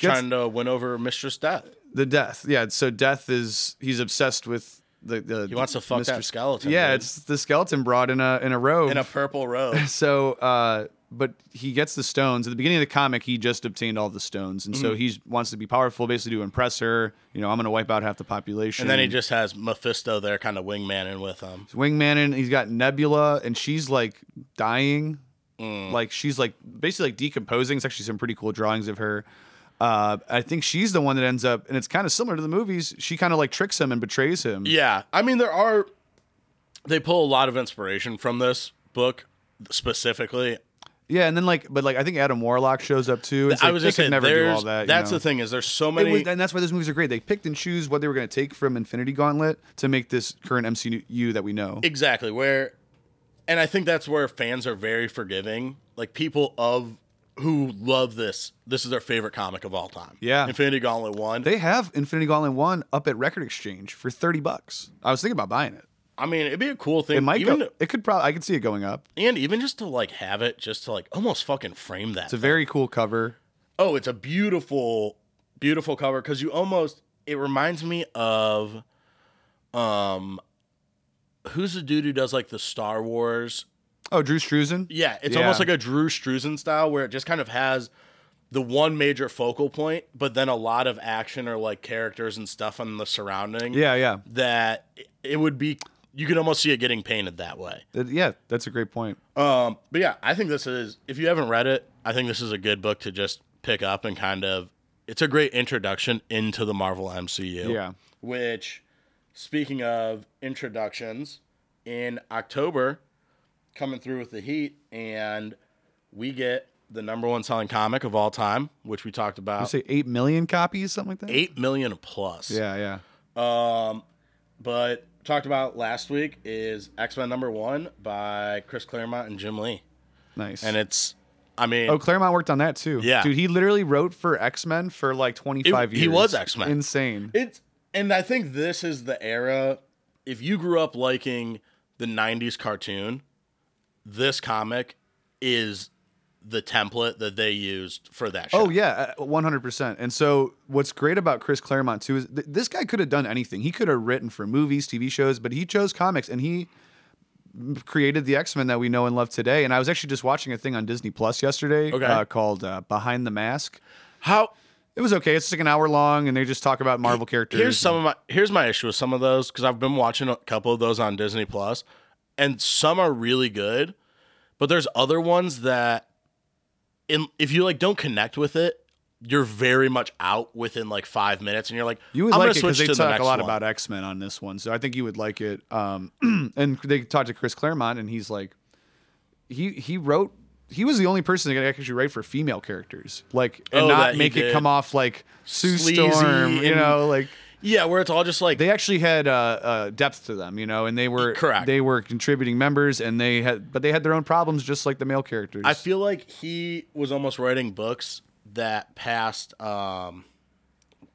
[SPEAKER 1] Gets-
[SPEAKER 2] trying to win over Mistress Death.
[SPEAKER 1] the death. Yeah. So death is he's obsessed with the the
[SPEAKER 2] He wants to fuck that skeleton,
[SPEAKER 1] Yeah,
[SPEAKER 2] dude.
[SPEAKER 1] it's the skeleton brought in a in a robe.
[SPEAKER 2] in a purple robe.
[SPEAKER 1] so, uh, but he gets the stones at the beginning of the comic. He just obtained all the stones, and
[SPEAKER 2] Mm-hmm.
[SPEAKER 1] so he wants to be powerful, basically to impress her. You know, I'm going to wipe out half the population.
[SPEAKER 2] And then he just has Mephisto there, kind of wingmanning with him.
[SPEAKER 1] wingman and he's got Nebula, and she's like dying,
[SPEAKER 2] Mm.
[SPEAKER 1] like she's like basically like decomposing. It's actually some pretty cool drawings of her. Uh, I think she's the one that ends up, and it's kind of similar to the movies. She kind of like tricks him and betrays him.
[SPEAKER 2] Yeah, I mean there are. They pull a lot of inspiration from this book specifically.
[SPEAKER 1] Yeah, and then like, but like, I think Adam Warlock shows up too. It's
[SPEAKER 2] I
[SPEAKER 1] like,
[SPEAKER 2] was
[SPEAKER 1] they
[SPEAKER 2] just
[SPEAKER 1] could
[SPEAKER 2] saying,
[SPEAKER 1] never do
[SPEAKER 2] there's,
[SPEAKER 1] all that. you
[SPEAKER 2] that's
[SPEAKER 1] know?
[SPEAKER 2] the thing is there's so
[SPEAKER 1] It
[SPEAKER 2] many.
[SPEAKER 1] was- and that's why those movies are great. They picked and choose what they were going to take from Infinity Gauntlet to make this current MCU that we know.
[SPEAKER 2] Exactly. Where and I think that's where fans are very forgiving. Like people of who love this. This is their favorite comic of all time.
[SPEAKER 1] Yeah.
[SPEAKER 2] Infinity Gauntlet 1.
[SPEAKER 1] they have Infinity Gauntlet one up at Record Exchange for thirty bucks. I was thinking about buying it.
[SPEAKER 2] I mean, it'd be a cool thing
[SPEAKER 1] It might
[SPEAKER 2] even
[SPEAKER 1] go. It could probably. I could see it going up.
[SPEAKER 2] and even just to like have it just to like almost fucking frame that.
[SPEAKER 1] It's a very cool cover.
[SPEAKER 2] oh, it's a beautiful beautiful cover cuz you almost it reminds me of um who's the dude who does like the Star Wars
[SPEAKER 1] Oh, Drew Struzan.
[SPEAKER 2] Yeah, it's
[SPEAKER 1] Yeah.
[SPEAKER 2] almost like a Drew Struzan style where it just kind of has the one major focal point, but then a lot of action or like characters and stuff on the surrounding.
[SPEAKER 1] Yeah, yeah,
[SPEAKER 2] That it would be, you could almost see it getting painted that way.
[SPEAKER 1] That- yeah. That's a great point.
[SPEAKER 2] Um, but yeah, I think this is, if you haven't read it, I think this is a good book to just pick up and kind of, it's a great introduction into the Marvel MCU.
[SPEAKER 1] Yeah.
[SPEAKER 2] Which, speaking of introductions, in October, coming through with the heat, and we get the number one selling comic of all time, which we talked
[SPEAKER 1] You
[SPEAKER 2] about
[SPEAKER 1] say eight million copies, something like that.
[SPEAKER 2] eight million plus.
[SPEAKER 1] Yeah, yeah.
[SPEAKER 2] But talked about last week is X Men number one by Chris Claremont and Jim Lee,
[SPEAKER 1] Nice.
[SPEAKER 2] and it's, I mean,
[SPEAKER 1] Oh, Claremont worked on that too.
[SPEAKER 2] Yeah.
[SPEAKER 1] dude, he literally wrote for X Men for like twenty five
[SPEAKER 2] It-
[SPEAKER 1] years.
[SPEAKER 2] he was X-Men.
[SPEAKER 1] Insane.
[SPEAKER 2] It's and I think this is the era. If you grew up liking the '90s cartoon, this comic is the template that they used for that show.
[SPEAKER 1] Oh yeah, one hundred percent. And so, what's great about Chris Claremont too is th- this guy could have done anything. He could have written for movies, TV shows, but he chose comics, and he created the X Men that we know and love today. And I was actually just watching a thing on Disney Plus yesterday
[SPEAKER 2] Okay.
[SPEAKER 1] uh, called uh, Behind the Mask.
[SPEAKER 2] How
[SPEAKER 1] It was okay. It's like an hour long, and they just talk about Marvel characters.
[SPEAKER 2] here's some of my here's my issue with some of those because I've been watching a couple of those on Disney Plus, and some are really good, but there's other ones that, in if you like don't connect with it. You're very much out within like five minutes, and you're like,
[SPEAKER 1] You would
[SPEAKER 2] I'm
[SPEAKER 1] like
[SPEAKER 2] gonna
[SPEAKER 1] it because
[SPEAKER 2] switch
[SPEAKER 1] they
[SPEAKER 2] to the
[SPEAKER 1] talk
[SPEAKER 2] next
[SPEAKER 1] a lot
[SPEAKER 2] one.
[SPEAKER 1] about X Men on this one, so I think you would like it. Um, *clears throat* and they talked to Chris Claremont, and he's like, he he wrote. He was the only person that could actually write for female characters, like, and
[SPEAKER 2] Oh, that
[SPEAKER 1] not
[SPEAKER 2] he
[SPEAKER 1] make it
[SPEAKER 2] did.
[SPEAKER 1] come off like Sue
[SPEAKER 2] Sleazy
[SPEAKER 1] Storm, you
[SPEAKER 2] and-
[SPEAKER 1] know, like
[SPEAKER 2] yeah, where it's all just like
[SPEAKER 1] they actually had uh, uh, depth to them, you know, and they were
[SPEAKER 2] Correct.
[SPEAKER 1] They were contributing members, and they had, but they had their own problems, just like the male characters.
[SPEAKER 2] I feel like he was almost writing books that passed. Um,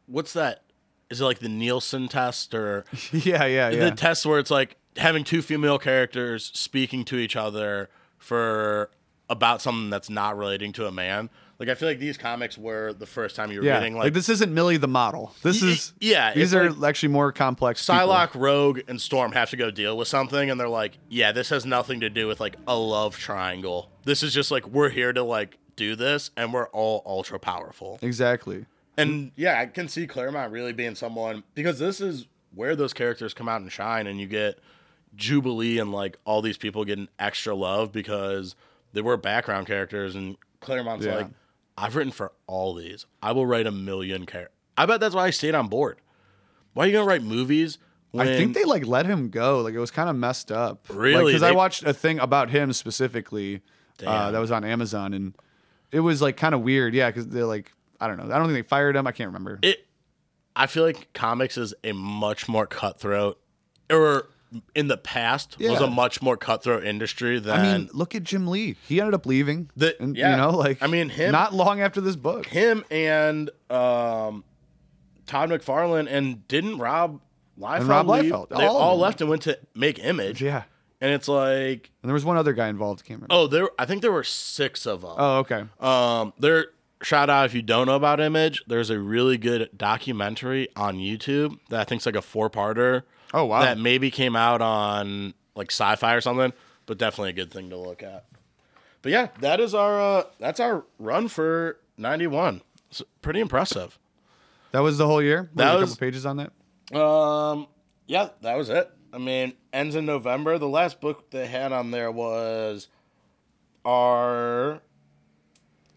[SPEAKER 2] what's that? Is it like the Nielsen test or
[SPEAKER 1] *laughs* *laughs* yeah, yeah, yeah.
[SPEAKER 2] the test where it's like having two female characters speaking to each other for about something that's not relating to a man? Like I feel like these comics were the first time you were
[SPEAKER 1] yeah,
[SPEAKER 2] reading
[SPEAKER 1] like,
[SPEAKER 2] like,
[SPEAKER 1] this isn't Millie the model. This
[SPEAKER 2] Y-
[SPEAKER 1] is
[SPEAKER 2] yeah, it's
[SPEAKER 1] These are actually more complex. people.
[SPEAKER 2] Psylocke, Rogue, and Storm have to go deal with something, and they're like, "Yeah, this has nothing to do with like a love triangle. This is just like we're here to like do this, and we're all ultra powerful."
[SPEAKER 1] exactly.
[SPEAKER 2] And yeah, I can see Claremont really being someone because this is where those characters come out and shine, and you get Jubilee and like all these people getting extra love because they were background characters, and Claremont's
[SPEAKER 1] Yeah.
[SPEAKER 2] like, I've written for all these. I will write a million characters. I bet that's why I stayed on board. Why are you gonna write movies? When
[SPEAKER 1] I think they like let him go. Like it was kind of messed up.
[SPEAKER 2] Really?
[SPEAKER 1] Because I
[SPEAKER 2] They-
[SPEAKER 1] watched a thing about him specifically uh,
[SPEAKER 2] Damn.
[SPEAKER 1] that was on Amazon, and it was like kind of weird. Yeah, because they're like, I don't know. I don't think they fired him. I can't remember.
[SPEAKER 2] it i feel like comics is a much more cutthroat or in the past was
[SPEAKER 1] Yeah.
[SPEAKER 2] a much more cutthroat industry than
[SPEAKER 1] I mean, look at Jim Lee. He ended up leaving.
[SPEAKER 2] The-
[SPEAKER 1] and,
[SPEAKER 2] yeah.
[SPEAKER 1] You know, like
[SPEAKER 2] I mean, him-
[SPEAKER 1] Not long after this book.
[SPEAKER 2] him and um todd mcfarlane and didn't rob Liefeld
[SPEAKER 1] And Rob
[SPEAKER 2] leave?
[SPEAKER 1] Liefeld.
[SPEAKER 2] they
[SPEAKER 1] All
[SPEAKER 2] all,
[SPEAKER 1] of them.
[SPEAKER 2] left and went to make image
[SPEAKER 1] Yeah.
[SPEAKER 2] and it's like
[SPEAKER 1] And there was one other guy involved. Can't remember.
[SPEAKER 2] oh there i think there were six of them
[SPEAKER 1] Oh, okay.
[SPEAKER 2] um there shout out if you don't know about Image, there's a really good documentary on YouTube that I think's like a four parter.
[SPEAKER 1] Oh, wow.
[SPEAKER 2] That maybe came out on like sci-fi or something, but definitely a good thing to look at. But yeah, that is our uh, that's our run for 91. It's pretty impressive.
[SPEAKER 1] That was the whole year. That was
[SPEAKER 2] That
[SPEAKER 1] a
[SPEAKER 2] was-
[SPEAKER 1] couple pages on that.
[SPEAKER 2] Um, yeah, that was it. I mean, ends in November. The last book they had on there was our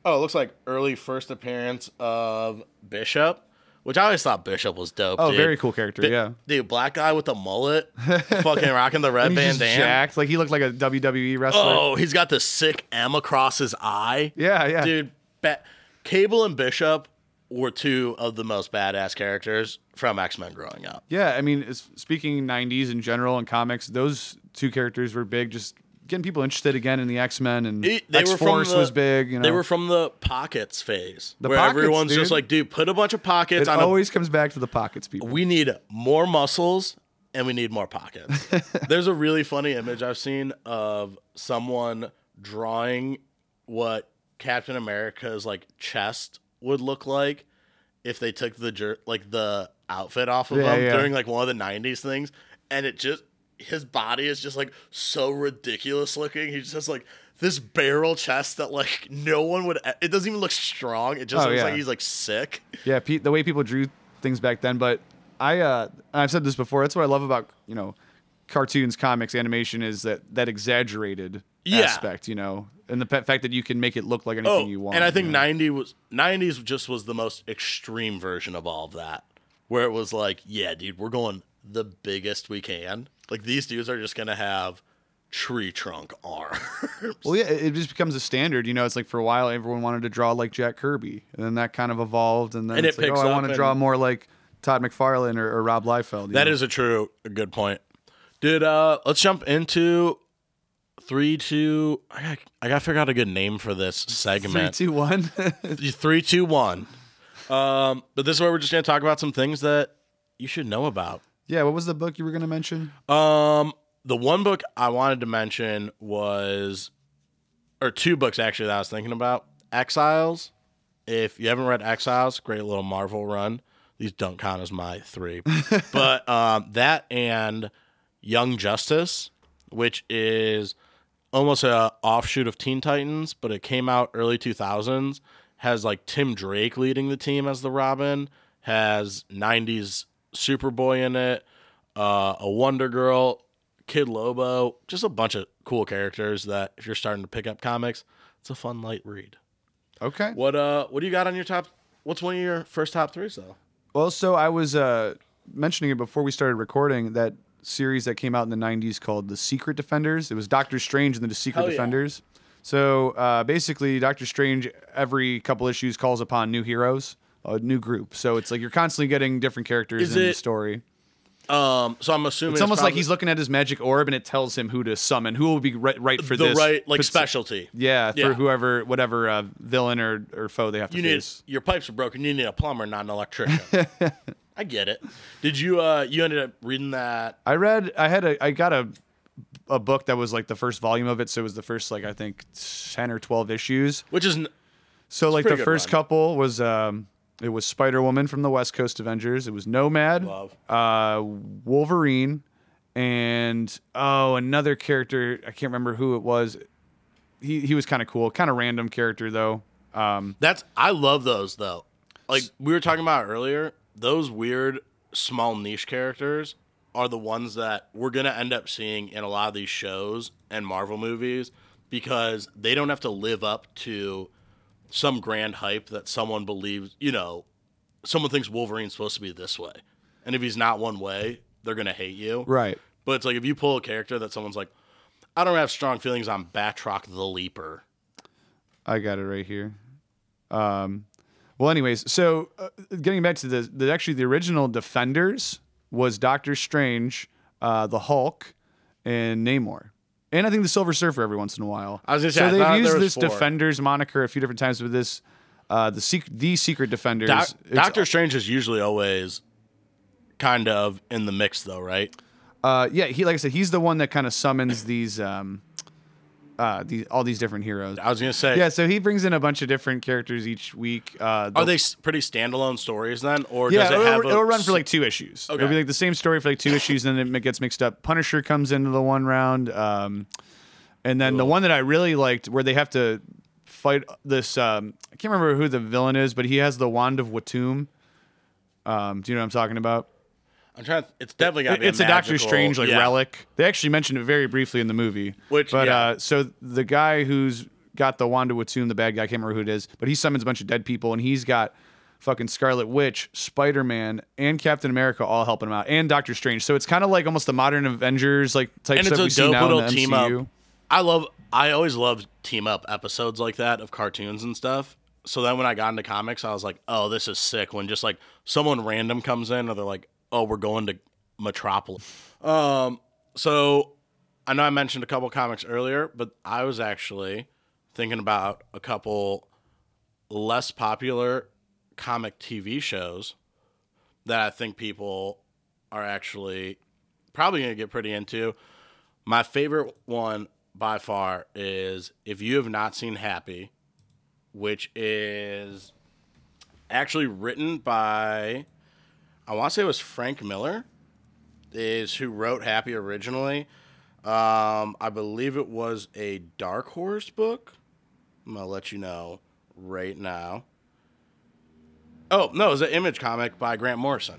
[SPEAKER 2] oh, it looks like early first appearance of Bishop, which I always thought Bishop was dope.
[SPEAKER 1] Oh,
[SPEAKER 2] dude.
[SPEAKER 1] very cool character.
[SPEAKER 2] Bi-
[SPEAKER 1] yeah.
[SPEAKER 2] dude, black guy with
[SPEAKER 1] *laughs*
[SPEAKER 2] the mullet, fucking rocking the red
[SPEAKER 1] And he's just
[SPEAKER 2] bandana.
[SPEAKER 1] jacked. Like he looked like a WWE wrestler.
[SPEAKER 2] Oh, he's got the sick M across his eye.
[SPEAKER 1] Yeah, yeah.
[SPEAKER 2] Dude, ba- Cable and Bishop were two of the most badass characters from X Men growing up.
[SPEAKER 1] Yeah, I mean, it's, speaking 90s in general and comics, those two characters were big, just getting people interested again in the X Men and
[SPEAKER 2] It- they
[SPEAKER 1] X
[SPEAKER 2] were from
[SPEAKER 1] Force
[SPEAKER 2] the-
[SPEAKER 1] was big. You know,
[SPEAKER 2] They were from the pockets phase,
[SPEAKER 1] The
[SPEAKER 2] where
[SPEAKER 1] pockets,
[SPEAKER 2] everyone's just
[SPEAKER 1] dude.
[SPEAKER 2] like, "Dude, put a bunch of pockets
[SPEAKER 1] it
[SPEAKER 2] on.
[SPEAKER 1] always comes back to the pockets, people.
[SPEAKER 2] a, we need more muscles and we need more pockets."
[SPEAKER 1] *laughs*
[SPEAKER 2] There's a really funny image I've seen of someone drawing what Captain America's like chest would look like if they took the jer- like the outfit off of
[SPEAKER 1] Yeah,
[SPEAKER 2] him
[SPEAKER 1] yeah.
[SPEAKER 2] during like one of the '90s things, and it just his body is just like so ridiculous looking. He just has like this barrel chest that like no one would. e-, It doesn't even look strong. It just
[SPEAKER 1] Oh,
[SPEAKER 2] looks
[SPEAKER 1] yeah.
[SPEAKER 2] like he's like sick.
[SPEAKER 1] Yeah, pe- the way people drew things back then. But I, uh, I've said this before. That's what I love about you know, cartoons, comics, animation is that that exaggerated
[SPEAKER 2] Yeah.
[SPEAKER 1] aspect. You know, and the pe- fact that you can make it look like anything
[SPEAKER 2] Oh,
[SPEAKER 1] you want.
[SPEAKER 2] and I think
[SPEAKER 1] you know?
[SPEAKER 2] '90 was '90s just was the most extreme version of all of that, where it was like, yeah, dude, we're going the biggest we can. Like these dudes are just gonna have tree trunk arms.
[SPEAKER 1] Well, yeah, it it just becomes a standard. You know, it's like for a while everyone wanted to draw like Jack Kirby, and then that kind of evolved, and then
[SPEAKER 2] And it
[SPEAKER 1] it's like,
[SPEAKER 2] picks
[SPEAKER 1] oh, I
[SPEAKER 2] up
[SPEAKER 1] want to
[SPEAKER 2] and-
[SPEAKER 1] draw more like Todd McFarlane or, or Rob Liefeld.
[SPEAKER 2] *laughs* That is a true a good point. Dude, uh let's jump into three two I got I gotta figure out a good name for this
[SPEAKER 1] three,
[SPEAKER 2] segment.
[SPEAKER 1] two, one.
[SPEAKER 2] Three, two, one. Um but this is where we're just gonna talk about some things that you should know about.
[SPEAKER 1] *laughs* yeah, what was the book you were gonna mention?
[SPEAKER 2] Um, the one book I wanted to mention was, or two books actually that I was thinking about Exiles. If you haven't read Exiles, great little Marvel run. These don't count as my three, but um, that and Young Justice, which is almost a offshoot of Teen Titans, but it came out early 2000s. Has like Tim Drake leading the team as the Robin. Has 90s Superboy in it. Uh, a Wonder Girl, Kid Lobo, just a bunch of cool characters that if you're starting to pick up comics, it's a fun light read.
[SPEAKER 1] Okay.
[SPEAKER 2] What uh, what do you got on your top? What's one of your first top threes though?
[SPEAKER 1] Well, so I was uh, mentioning it before we started recording that series that came out in the 90s called The Secret Defenders. It was Doctor Strange and the Secret
[SPEAKER 2] Hell yeah.
[SPEAKER 1] Defenders. So uh, basically, Doctor Strange, every couple issues, calls upon new heroes, a new group. So it's like you're constantly getting different characters
[SPEAKER 2] Is
[SPEAKER 1] in the
[SPEAKER 2] it-
[SPEAKER 1] story.
[SPEAKER 2] Um, so I'm assuming
[SPEAKER 1] It's almost like
[SPEAKER 2] probably
[SPEAKER 1] he's looking at his magic orb and it tells him who to summon, who will be right, right for
[SPEAKER 2] the
[SPEAKER 1] this.
[SPEAKER 2] right like
[SPEAKER 1] pat-
[SPEAKER 2] specialty.
[SPEAKER 1] Yeah, for
[SPEAKER 2] Yeah.
[SPEAKER 1] whoever, whatever uh, villain or, or foe they have to
[SPEAKER 2] You need
[SPEAKER 1] face.
[SPEAKER 2] your pipes are broken. You need a plumber, not an electrician. I get it. Did you uh, you ended up reading that?
[SPEAKER 1] I read. I had a. I got a a book that was like the first volume of it, so it was the first like I think ten or twelve issues.
[SPEAKER 2] Which is n-
[SPEAKER 1] So like
[SPEAKER 2] pretty
[SPEAKER 1] the
[SPEAKER 2] good
[SPEAKER 1] first
[SPEAKER 2] run.
[SPEAKER 1] couple was um, it was Spider Woman from the West Coast Avengers. It was Nomad,
[SPEAKER 2] Love.
[SPEAKER 1] uh, Wolverine, and oh another character I can't remember who it was. He he was kind of cool, kind of random character though. Um,
[SPEAKER 2] That's I love those though. Like we were talking about earlier, those weird small niche characters are the ones that we're gonna end up seeing in a lot of these shows and Marvel movies because they don't have to live up to some grand hype that someone believes. You know, someone thinks Wolverine's supposed to be this way, and if he's not one way, they're gonna hate you.
[SPEAKER 1] right.
[SPEAKER 2] But it's like if you pull a character that someone's like, I don't have strong feelings on Batroc the Leaper.
[SPEAKER 1] I got it right here. Um, well, anyways, so uh, getting back to the, the actually the original Defenders was Doctor Strange, uh, the Hulk, and Namor, and I think the Silver Surfer every once in a while.
[SPEAKER 2] I was gonna say,
[SPEAKER 1] so
[SPEAKER 2] I
[SPEAKER 1] they've
[SPEAKER 2] thought there
[SPEAKER 1] used
[SPEAKER 2] was
[SPEAKER 1] this
[SPEAKER 2] four.
[SPEAKER 1] Defenders moniker a few different times with this. Uh, the secret, the secret defenders.
[SPEAKER 2] Doc-
[SPEAKER 1] It's-
[SPEAKER 2] Doctor Strange is usually always kind of in the mix, though, right?
[SPEAKER 1] Uh, yeah, he like I said, he's the one that kind of summons these um, uh, these all these different heroes.
[SPEAKER 2] I was gonna say,
[SPEAKER 1] Yeah, so he brings in a bunch of different characters each week. Uh,
[SPEAKER 2] are they s- pretty standalone stories then, or
[SPEAKER 1] yeah,
[SPEAKER 2] does it
[SPEAKER 1] it'll,
[SPEAKER 2] have? a
[SPEAKER 1] it'll run
[SPEAKER 2] s-
[SPEAKER 1] for like two issues. It'll
[SPEAKER 2] Okay.
[SPEAKER 1] be like the same story for like two issues, and then it gets mixed up. Punisher comes into the one round, um, and then the one that I really liked, where they have to fight this. Um, I can't remember who the villain is, but he has the wand of Watum. Um, do you know what I'm talking about?
[SPEAKER 2] I'm trying. To, it's definitely got.
[SPEAKER 1] It- it's a Doctor Strange like
[SPEAKER 2] yeah.
[SPEAKER 1] relic. They actually mentioned it very briefly in the movie.
[SPEAKER 2] Which,
[SPEAKER 1] but
[SPEAKER 2] yeah.
[SPEAKER 1] uh, so the guy who's got the Wanda Watum, the bad guy, I can't remember who it is, but he summons a bunch of dead people, and he's got fucking Scarlet Witch, Spider Man, and Captain America all helping him out, and Doctor Strange. So it's kind of like almost the modern Avengers like type
[SPEAKER 2] And
[SPEAKER 1] stuff
[SPEAKER 2] it's a
[SPEAKER 1] we see
[SPEAKER 2] dope
[SPEAKER 1] now in
[SPEAKER 2] little
[SPEAKER 1] the
[SPEAKER 2] team
[SPEAKER 1] MCU.
[SPEAKER 2] up. I love. I always loved team up episodes like that of cartoons and stuff. So then when I got into comics, I was like, oh, this is sick. When just like someone random comes in, or they're like, oh, we're going to Metropolis. Um, so I know I mentioned a couple comics earlier, but I was actually thinking about a couple less popular comic TV shows that I think people are actually probably going to get pretty into. My favorite one by far is if you have not seen Happy, which is actually written by I want to say it was Frank Miller is who wrote Happy originally. Um, I believe it was a Dark Horse book. I'm gonna let you know right now. Oh no, it was an Image comic by Grant Morrison.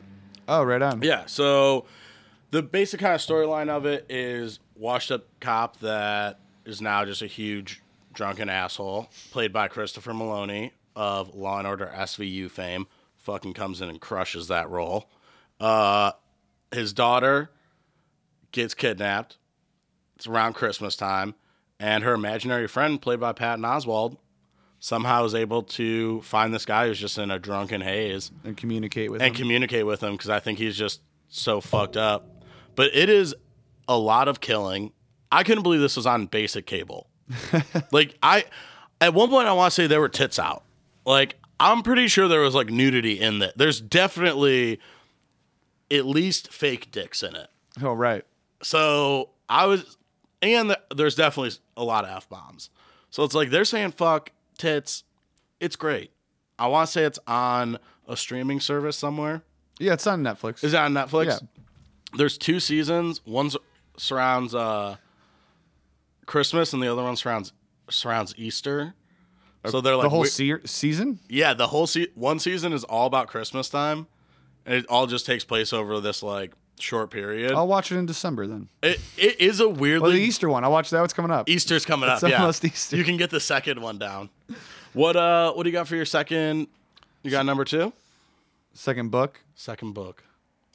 [SPEAKER 1] Oh, right on.
[SPEAKER 2] Yeah. So the basic kind of storyline of it is washed up cop that is now just a huge drunken asshole, played by Christopher Maloney of Law and Order SVU fame, fucking comes in and crushes that role. Uh, his daughter gets kidnapped. It's around Christmas time, and her imaginary friend, played by Patton Oswald, somehow is able to find this guy who's just in a drunken haze
[SPEAKER 1] And communicate with
[SPEAKER 2] and
[SPEAKER 1] him.
[SPEAKER 2] communicate with him because I think he's just so fucked up. But it is a lot of killing. I couldn't believe this was on basic cable. like I, at one point, I want to say there were tits out. Like I'm pretty sure there was like nudity in that. There's definitely at least fake dicks in it.
[SPEAKER 1] oh, right.
[SPEAKER 2] So I was, and the, there's definitely a lot of f bombs. So it's like they're saying fuck tits. It's great. I want to say it's on a streaming service somewhere.
[SPEAKER 1] Yeah, it's on Netflix.
[SPEAKER 2] Is that on Netflix?
[SPEAKER 1] Yeah.
[SPEAKER 2] There's two seasons. One surrounds uh, Christmas, and the other one surrounds surrounds Easter. So they're like
[SPEAKER 1] Uh, the whole
[SPEAKER 2] we-
[SPEAKER 1] se- season?
[SPEAKER 2] yeah, the whole se- one season is all about Christmas time, and it all just takes place over this like short period.
[SPEAKER 1] I'll watch it in December then.
[SPEAKER 2] It, it is a
[SPEAKER 1] Oh,
[SPEAKER 2] weirdly
[SPEAKER 1] the Easter one. I'll watch that. What's coming up?
[SPEAKER 2] Easter's coming
[SPEAKER 1] It's
[SPEAKER 2] up. Yeah,
[SPEAKER 1] almost Easter.
[SPEAKER 2] You can get the second one down. What uh, what do you got for your second? You got number two,
[SPEAKER 1] Second book.
[SPEAKER 2] second book.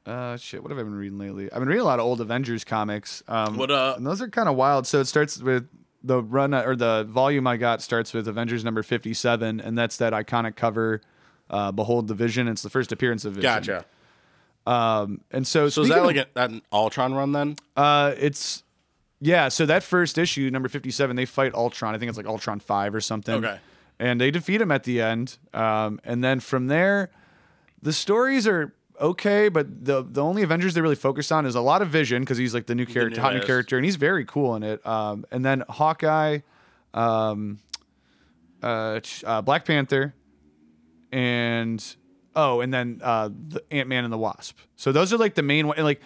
[SPEAKER 1] Uh, shit. What have I been reading lately? I've been reading a lot of old Avengers comics. Um,
[SPEAKER 2] What, uh,
[SPEAKER 1] and those are kind of wild. So it starts with the run or the volume I got starts with Avengers number fifty-seven, and that's that iconic cover, uh, "Behold the Vision." It's the first appearance of Vision.
[SPEAKER 2] Gotcha.
[SPEAKER 1] And so,
[SPEAKER 2] So is that like a, an Ultron run then?
[SPEAKER 1] uh, it's yeah. So that first issue, number fifty-seven, they fight Ultron. I think it's like Ultron five or something.
[SPEAKER 2] Okay.
[SPEAKER 1] And they defeat him at the end. Um, and then from there, the stories are okay, but the the only Avengers they really focus on is a lot of Vision because he's like the new character, hot new
[SPEAKER 2] newest.
[SPEAKER 1] character, and he's very cool in it. Um, and then Hawkeye, um, uh, ch- uh, Black Panther, and oh, and then uh, the Ant Man and the Wasp. So those are like the main one. And like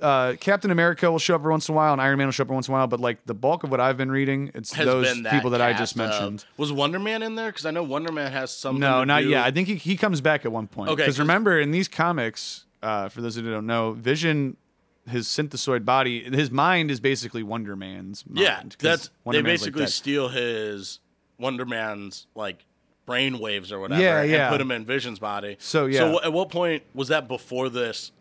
[SPEAKER 1] uh, Captain America will show up every once in a while, and Iron Man will show up every once in a while. But like the bulk of what I've been reading, it's
[SPEAKER 2] has
[SPEAKER 1] those
[SPEAKER 2] been that
[SPEAKER 1] people that I just
[SPEAKER 2] cast of-
[SPEAKER 1] mentioned.
[SPEAKER 2] was Wonder Man in there? Because I know Wonder Man has something.
[SPEAKER 1] No,
[SPEAKER 2] to
[SPEAKER 1] not
[SPEAKER 2] do-
[SPEAKER 1] yet. I think he, he comes back at one point.
[SPEAKER 2] Okay,
[SPEAKER 1] Because
[SPEAKER 2] 'cause-
[SPEAKER 1] remember, in these comics, uh, for those who don't know, Vision, his synthesoid body, his mind is basically Wonder Man's mind.
[SPEAKER 2] Yeah,
[SPEAKER 1] 'cause
[SPEAKER 2] that's
[SPEAKER 1] Wonder
[SPEAKER 2] they
[SPEAKER 1] Man's like
[SPEAKER 2] basically
[SPEAKER 1] that.
[SPEAKER 2] steal his Wonder Man's like brain waves or whatever,
[SPEAKER 1] Yeah, yeah.
[SPEAKER 2] and put him in Vision's body.
[SPEAKER 1] So, yeah.
[SPEAKER 2] So wh- at what point was that before this?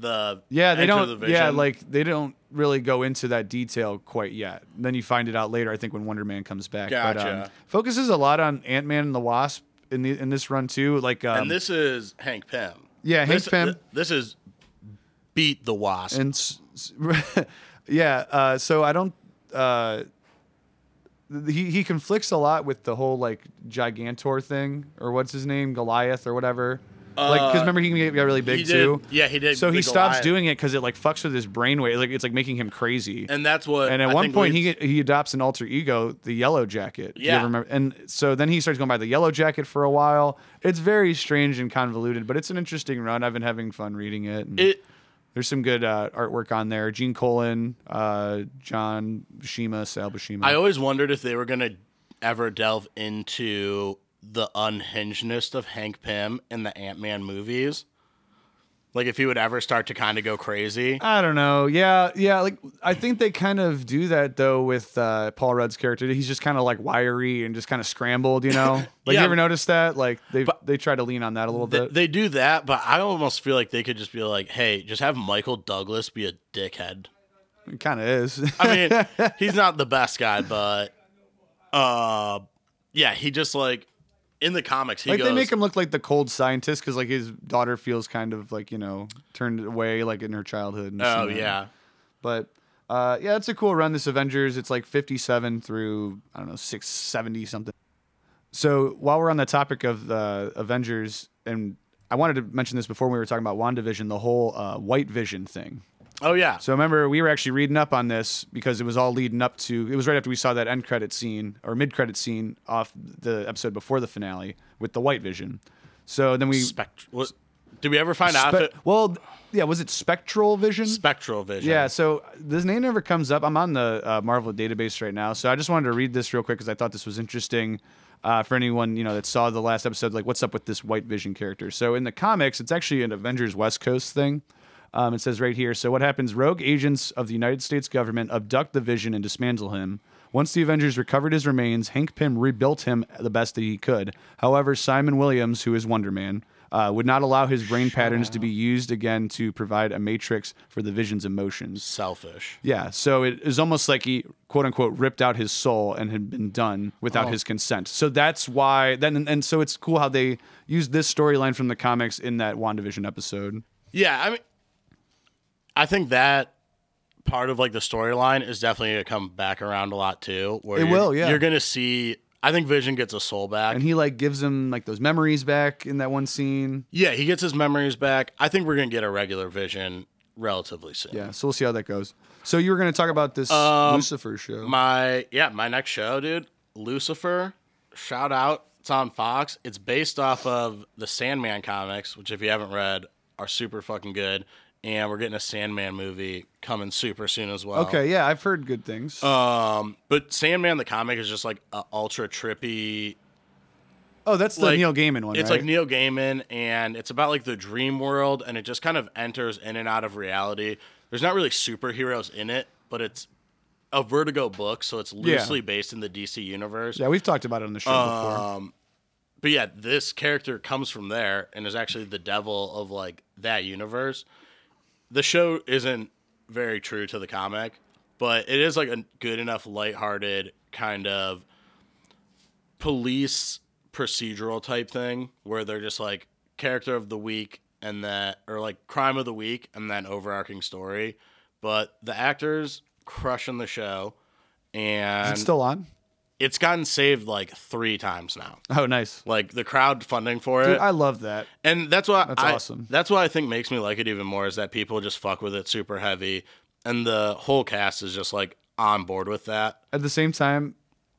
[SPEAKER 2] The
[SPEAKER 1] yeah, they
[SPEAKER 2] Enter
[SPEAKER 1] don't.
[SPEAKER 2] The
[SPEAKER 1] yeah,
[SPEAKER 2] Vision?
[SPEAKER 1] like they don't really go into that detail quite yet. Then you find it out later. I think when Wonder Man comes back. But, um,
[SPEAKER 2] Gotcha.
[SPEAKER 1] focuses a lot on Ant Man and the Wasp in the in this run too. Like um,
[SPEAKER 2] and this is Hank Pym.
[SPEAKER 1] Yeah, Hank
[SPEAKER 2] this,
[SPEAKER 1] Pym.
[SPEAKER 2] th- this is beat the Wasp.
[SPEAKER 1] and s- s- *laughs* yeah uh, so i don't uh, th- he, he conflicts a lot with the whole like gigantor thing or what's his name goliath or whatever Like, because remember he can get get really big
[SPEAKER 2] Uh, he did-
[SPEAKER 1] too.
[SPEAKER 2] yeah, he did
[SPEAKER 1] So he
[SPEAKER 2] the
[SPEAKER 1] stops
[SPEAKER 2] Goliath.
[SPEAKER 1] doing it because it like fucks with his brainwave. Like it's like making him crazy.
[SPEAKER 2] and that's what.
[SPEAKER 1] And at
[SPEAKER 2] I
[SPEAKER 1] one
[SPEAKER 2] think
[SPEAKER 1] point,
[SPEAKER 2] leads-
[SPEAKER 1] he get, he adopts an alter ego, the Yellow Jacket. Do you
[SPEAKER 2] Yeah.
[SPEAKER 1] ever remember? And so then he starts going by the Yellow Jacket for a while. It's very strange and convoluted, but it's an interesting run. I've been having fun reading it. and
[SPEAKER 2] It,
[SPEAKER 1] there's some good uh, artwork on there. Gene Colan, uh, John Shima, Sal Buscema.
[SPEAKER 2] I always wondered if they were gonna ever delve into the unhingedness of Hank Pym in the Ant Man movies. Like if he would ever start to kind of go crazy.
[SPEAKER 1] I don't know. Yeah, yeah. Like I think they kind of do that though with uh, Paul Rudd's character. He's just kind of like wiry and just kind of scrambled. You
[SPEAKER 2] *laughs*
[SPEAKER 1] know, like
[SPEAKER 2] Yeah.
[SPEAKER 1] you ever notice that? Like they they try to lean on that a little
[SPEAKER 2] They,
[SPEAKER 1] bit.
[SPEAKER 2] they do that, but I almost feel like they could just be like, "Hey, just have Michael Douglas be a dickhead."
[SPEAKER 1] it kind of is. *laughs*
[SPEAKER 2] I mean, he's not the best guy, but uh, yeah, he just like in the comics he
[SPEAKER 1] like
[SPEAKER 2] goes.
[SPEAKER 1] they make him look like the cold scientist because like his daughter feels kind of like you know turned away like in her childhood. And
[SPEAKER 2] oh
[SPEAKER 1] shit.
[SPEAKER 2] yeah,
[SPEAKER 1] but uh, yeah, it's a cool run. This Avengers, it's like 57 through I don't know 670 something. So while we're on the topic of the Avengers, and I wanted to mention this before we were talking about Wandavision, the whole uh, White Vision thing.
[SPEAKER 2] oh yeah.
[SPEAKER 1] So remember, we were actually reading up on this because it was all leading up to. It was right after we saw that end credit scene or mid credit scene off the episode before the finale with the White Vision. So then we
[SPEAKER 2] Spect- what, did we ever find out if it
[SPEAKER 1] spe- well, th- yeah, was it Spectral Vision?
[SPEAKER 2] spectral vision?
[SPEAKER 1] Yeah, so this name never comes up. I'm on the uh, Marvel database right now, so I just wanted to read this real quick because I thought this was interesting uh, for anyone you know that saw the last episode. Like, what's up with this White Vision character? So in the comics, it's actually an Avengers West Coast thing. Um, it says right here. So what happens? Rogue agents of the United States government abduct the Vision and dismantle him. Once the Avengers recovered his remains, Hank Pym rebuilt him the best that he could. However, Simon Williams, who is Wonder Man, uh, would not allow his brain patterns to be used again to provide a matrix for the Vision's emotions.
[SPEAKER 2] selfish.
[SPEAKER 1] Yeah, so it is almost like he quote unquote ripped out his soul and had been done
[SPEAKER 2] Oh.
[SPEAKER 1] without his consent. So that's why then and, and so it's cool how they used this storyline from the comics in that WandaVision episode.
[SPEAKER 2] Yeah, I mean, I think that part of like the storyline is definitely gonna come back around a lot too. Where
[SPEAKER 1] It
[SPEAKER 2] you're-
[SPEAKER 1] will, yeah.
[SPEAKER 2] You're gonna see. I think Vision gets a soul back.
[SPEAKER 1] And he like gives him like those memories back in that one scene.
[SPEAKER 2] yeah, he gets his memories back. I think we're gonna get a regular Vision relatively soon.
[SPEAKER 1] Yeah, so we'll see how that goes. So you were gonna talk about this Lucifer show.
[SPEAKER 2] Um, My yeah, my next show, dude, Lucifer. Shout out, it's on Fox. It's based off of the Sandman comics, which if you haven't read, are super fucking good. And we're getting a Sandman movie coming super soon as well.
[SPEAKER 1] okay, yeah, I've heard good things.
[SPEAKER 2] Um, but Sandman the comic is just like a ultra trippy.
[SPEAKER 1] oh, that's the
[SPEAKER 2] like,
[SPEAKER 1] Neil Gaiman one.
[SPEAKER 2] It's
[SPEAKER 1] right?
[SPEAKER 2] like Neil Gaiman, and it's about like the dream world, and it just kind of enters in and out of reality. There's not really superheroes in it, but it's a Vertigo book, so it's loosely based in the DC universe.
[SPEAKER 1] yeah, we've talked about it on the show before.
[SPEAKER 2] Uh, But yeah, this character comes from there and is actually the devil of like that universe. The show isn't very true to the comic, but it is like a good enough lighthearted kind of police procedural type thing where they're just like character of the week and that or like crime of the week and then overarching story. But the actors crushing the show and
[SPEAKER 1] It's still on.
[SPEAKER 2] it's gotten saved like three times now
[SPEAKER 1] Oh, nice.
[SPEAKER 2] like the crowd funding for
[SPEAKER 1] Dude,
[SPEAKER 2] it
[SPEAKER 1] I love that.
[SPEAKER 2] and that's why
[SPEAKER 1] That's
[SPEAKER 2] I,
[SPEAKER 1] awesome.
[SPEAKER 2] that's what i think makes me like it even more is that people just fuck with it super heavy and the whole cast is just like on board with that
[SPEAKER 1] at the same time,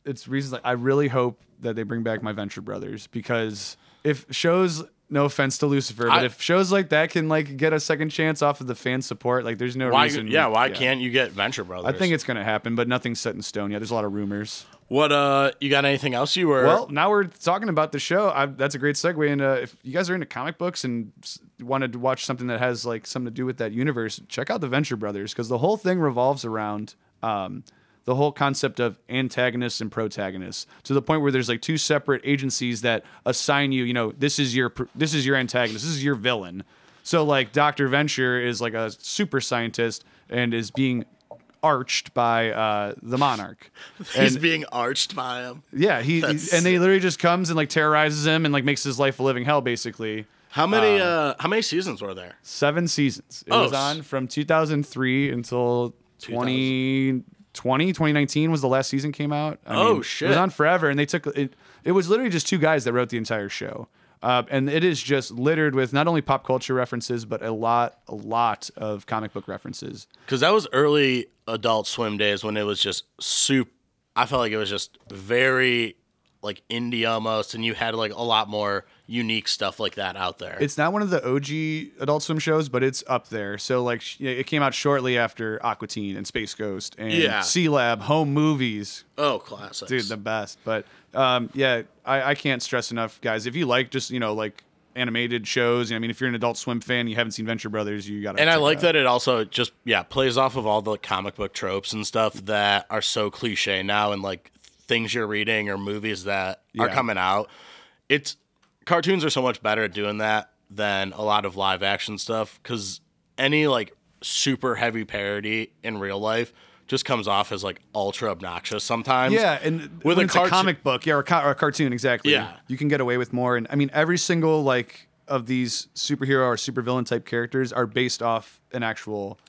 [SPEAKER 1] it's reasons like I really hope that they bring back my Venture Brothers because if shows no offense to Lucifer, but
[SPEAKER 2] I-
[SPEAKER 1] if shows like that can like get a second chance off of the fan support, like there's no
[SPEAKER 2] why
[SPEAKER 1] reason.
[SPEAKER 2] yeah why can't you get venture brothers
[SPEAKER 1] I think it's gonna happen, but nothing's set in stone yet. There's a lot of rumors.
[SPEAKER 2] what uh you got anything else you were
[SPEAKER 1] Well, now we're talking about the show. I, that's a great segue. And uh, if you guys are into comic books and s- wanted to watch something that has like something to do with that universe, check out the Venture Brothers because the whole thing revolves around um, the whole concept of antagonists and protagonists to the point where there's like two separate agencies that assign you. You know, this is your pr- this is your antagonist. This is your villain. So like Doctor Venture is like a super scientist and is being arched by uh, the monarch.
[SPEAKER 2] *laughs* he's
[SPEAKER 1] And-
[SPEAKER 2] being arched by him
[SPEAKER 1] yeah, he, he-
[SPEAKER 2] That's-
[SPEAKER 1] and they literally just comes and like terrorizes him and like makes his life a living hell basically.
[SPEAKER 2] how many uh, how many seasons were there
[SPEAKER 1] Seven seasons. It
[SPEAKER 2] Oh,
[SPEAKER 1] was
[SPEAKER 2] s-
[SPEAKER 1] on from 2003 until 2020. 2019 was the last season came out. I
[SPEAKER 2] Oh,
[SPEAKER 1] It
[SPEAKER 2] shit.
[SPEAKER 1] was on forever, and they took it. It was literally just two guys that wrote the entire show. Uh, and it is just littered with not only pop culture references, but a lot, a lot of comic book references.
[SPEAKER 2] Because that was early Adult Swim days when it was just soup. I felt like it was just very like indie almost, and you had like a lot more unique stuff like that out there.
[SPEAKER 1] It's not one of the OG Adult Swim shows, but it's up there. So like, sh- it came out shortly after Aqua Teen and Space Ghost and
[SPEAKER 2] Yeah.
[SPEAKER 1] Sea Lab, home movies,
[SPEAKER 2] oh, classics.
[SPEAKER 1] dude, the best. But um, yeah, I, I can't stress enough, guys. If you like just you know like animated shows, I mean, if you're an Adult Swim fan, you haven't seen Venture Brothers, you got.
[SPEAKER 2] and I like that it also just yeah plays off of all the comic book tropes and stuff that are so cliche now and like things you're reading or movies that are
[SPEAKER 1] Yeah.
[SPEAKER 2] coming out. It's cartoons are so much better at doing that than a lot of live action stuff because any like super heavy parody in real life just comes off as like ultra obnoxious sometimes.
[SPEAKER 1] Yeah, and
[SPEAKER 2] With
[SPEAKER 1] with
[SPEAKER 2] a
[SPEAKER 1] a, it's
[SPEAKER 2] cartoon-
[SPEAKER 1] a comic book, yeah, or a, co- or a cartoon, exactly.
[SPEAKER 2] Yeah.
[SPEAKER 1] you can get away with more. And I mean, every single like of these superhero or supervillain type characters are based off an actual.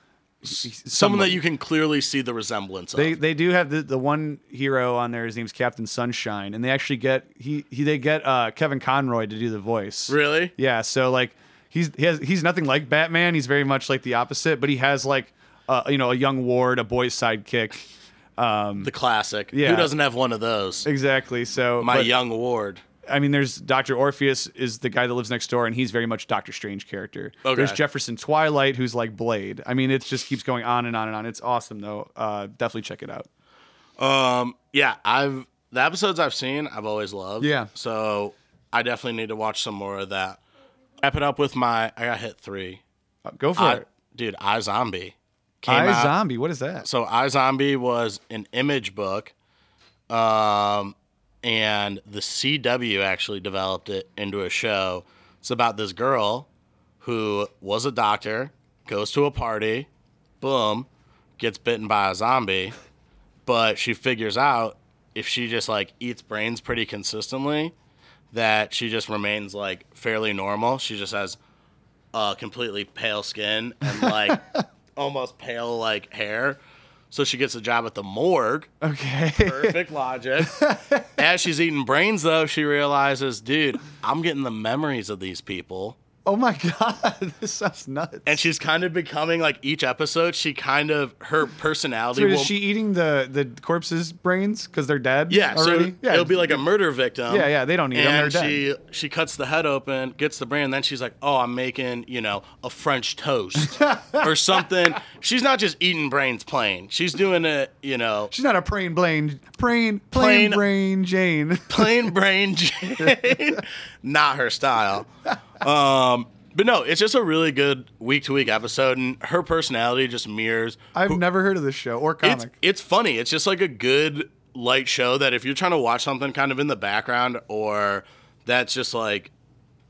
[SPEAKER 2] someone that you can clearly see the resemblance
[SPEAKER 1] They
[SPEAKER 2] of.
[SPEAKER 1] they do have the, the one hero on there. His name's Captain Sunshine, and they actually get he, he they get uh, Kevin Conroy to do the voice.
[SPEAKER 2] Really?
[SPEAKER 1] Yeah. So like he's he has, he's nothing like Batman. He's very much like the opposite, but he has like uh, you know a young ward, a boy's sidekick.
[SPEAKER 2] The classic. Who
[SPEAKER 1] Mm. Yeah.
[SPEAKER 2] doesn't have one of those?
[SPEAKER 1] Exactly. So
[SPEAKER 2] *laughs* My
[SPEAKER 1] but-
[SPEAKER 2] young ward.
[SPEAKER 1] I mean, there's Doctor Orpheus is the guy that lives next door, and he's very much Doctor Strange character.
[SPEAKER 2] Okay.
[SPEAKER 1] There's Jefferson Twilight, who's like Blade. I mean, it just keeps going on and on and on. It's awesome though. Uh, definitely check it out.
[SPEAKER 2] Um, yeah, I've the episodes I've seen, I've always loved.
[SPEAKER 1] Yeah.
[SPEAKER 2] So I definitely need to watch some more of that. Wrap it up with my. I got hit three.
[SPEAKER 1] Uh, go for
[SPEAKER 2] I,
[SPEAKER 1] it.
[SPEAKER 2] dude, I Zombie came
[SPEAKER 1] I
[SPEAKER 2] out.
[SPEAKER 1] Zombie. What is
[SPEAKER 2] *laughs*
[SPEAKER 1] that?
[SPEAKER 2] so I Zombie was an image book, um, and the CW actually developed it into a show. It's about this girl who was a doctor, goes to a party, boom, gets bitten by a zombie, but she figures out if she just like eats brains pretty consistently, that she just remains like fairly normal. She just has uh, completely pale skin and like almost pale like hair. So she gets a job at the morgue.
[SPEAKER 1] Okay. *laughs*
[SPEAKER 2] Perfect logic. As she's eating brains, though, she realizes, dude, I'm getting the memories of these people.
[SPEAKER 1] oh my *laughs* god, this sounds nuts.
[SPEAKER 2] And she's kind of becoming like each episode, she kind of, her personality
[SPEAKER 1] So
[SPEAKER 2] will.
[SPEAKER 1] is she eating the the corpses' brains because they're dead?
[SPEAKER 2] yeah,
[SPEAKER 1] already.
[SPEAKER 2] so it'll be like a murder victim.
[SPEAKER 1] Yeah, yeah, they don't need 'em,
[SPEAKER 2] and
[SPEAKER 1] they're dead.
[SPEAKER 2] she she cuts the head open, gets the brain, and then she's like, "Oh, I'm making you know a
[SPEAKER 1] *laughs*
[SPEAKER 2] French toast or something." She's not just eating brains plain. She's doing it, you know,
[SPEAKER 1] She's not a praying Blaine, praying, plain
[SPEAKER 2] Plain-
[SPEAKER 1] brain Jane. *laughs*
[SPEAKER 2] plain brain *laughs* Jane. Not her style. Um, but no, it's just a really good week to week episode, and her personality just mirrors.
[SPEAKER 1] I've never heard of this show or
[SPEAKER 2] It's
[SPEAKER 1] comic.
[SPEAKER 2] it's funny. It's just like a good light show that if you're trying to watch something kind of in the background or that's just like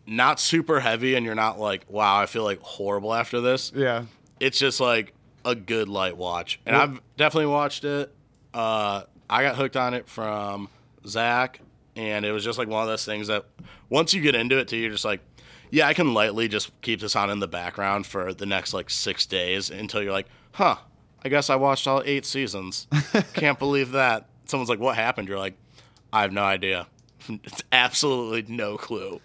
[SPEAKER 2] not super heavy and you're not like wow I feel like horrible after this
[SPEAKER 1] yeah.
[SPEAKER 2] it's just like a good light watch. And I've definitely watched it. Uh, I got hooked on it from Zach, and it was just like one of those things that once you get into it, too, you're just like, yeah, I can lightly just keep this on in the background for the next like six days until you're like, huh, I guess I watched all eight seasons. Can't believe that. Someone's like, what happened? You're like, I have no idea. *laughs* It's absolutely no clue.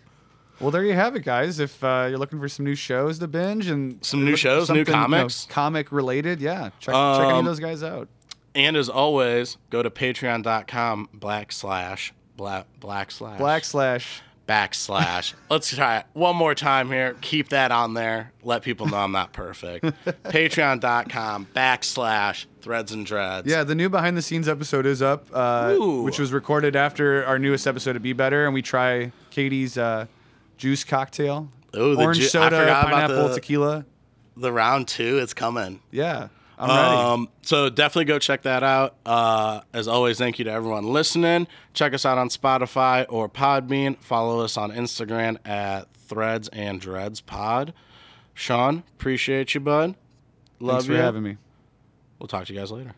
[SPEAKER 1] Well, there you have it, guys. If uh, you're looking for some new shows to binge and
[SPEAKER 2] Some new shows, new
[SPEAKER 1] something, you know,
[SPEAKER 2] comics.
[SPEAKER 1] comic related, yeah, check, check any
[SPEAKER 2] Um,
[SPEAKER 1] of those guys out.
[SPEAKER 2] And as always, go to patreon.com black slash black black slash
[SPEAKER 1] Black slash. *laughs*
[SPEAKER 2] backslash. Let's try it one more time here. Keep that on there. Let people know I'm not
[SPEAKER 1] *laughs*
[SPEAKER 2] perfect. Patreon.com backslash threads and dreads.
[SPEAKER 1] Yeah, the new behind the scenes episode is up, uh,
[SPEAKER 2] Ooh.
[SPEAKER 1] which was recorded after our newest episode of Be Better, and we try Katie's uh, juice cocktail,
[SPEAKER 2] Ooh, the
[SPEAKER 1] orange
[SPEAKER 2] ju- I
[SPEAKER 1] soda,
[SPEAKER 2] forgot about
[SPEAKER 1] pineapple,
[SPEAKER 2] the-
[SPEAKER 1] tequila.
[SPEAKER 2] The round two is coming.
[SPEAKER 1] Yeah, I'm ready.
[SPEAKER 2] Um, so definitely go check that out. Uh, as always, thank you to everyone listening. Check us out on Spotify or Podbean. Follow us on Instagram at Threads and Dreads Pod. Sean, appreciate you, bud. Love
[SPEAKER 1] Thanks for
[SPEAKER 2] you.
[SPEAKER 1] having me.
[SPEAKER 2] We'll talk to you guys later.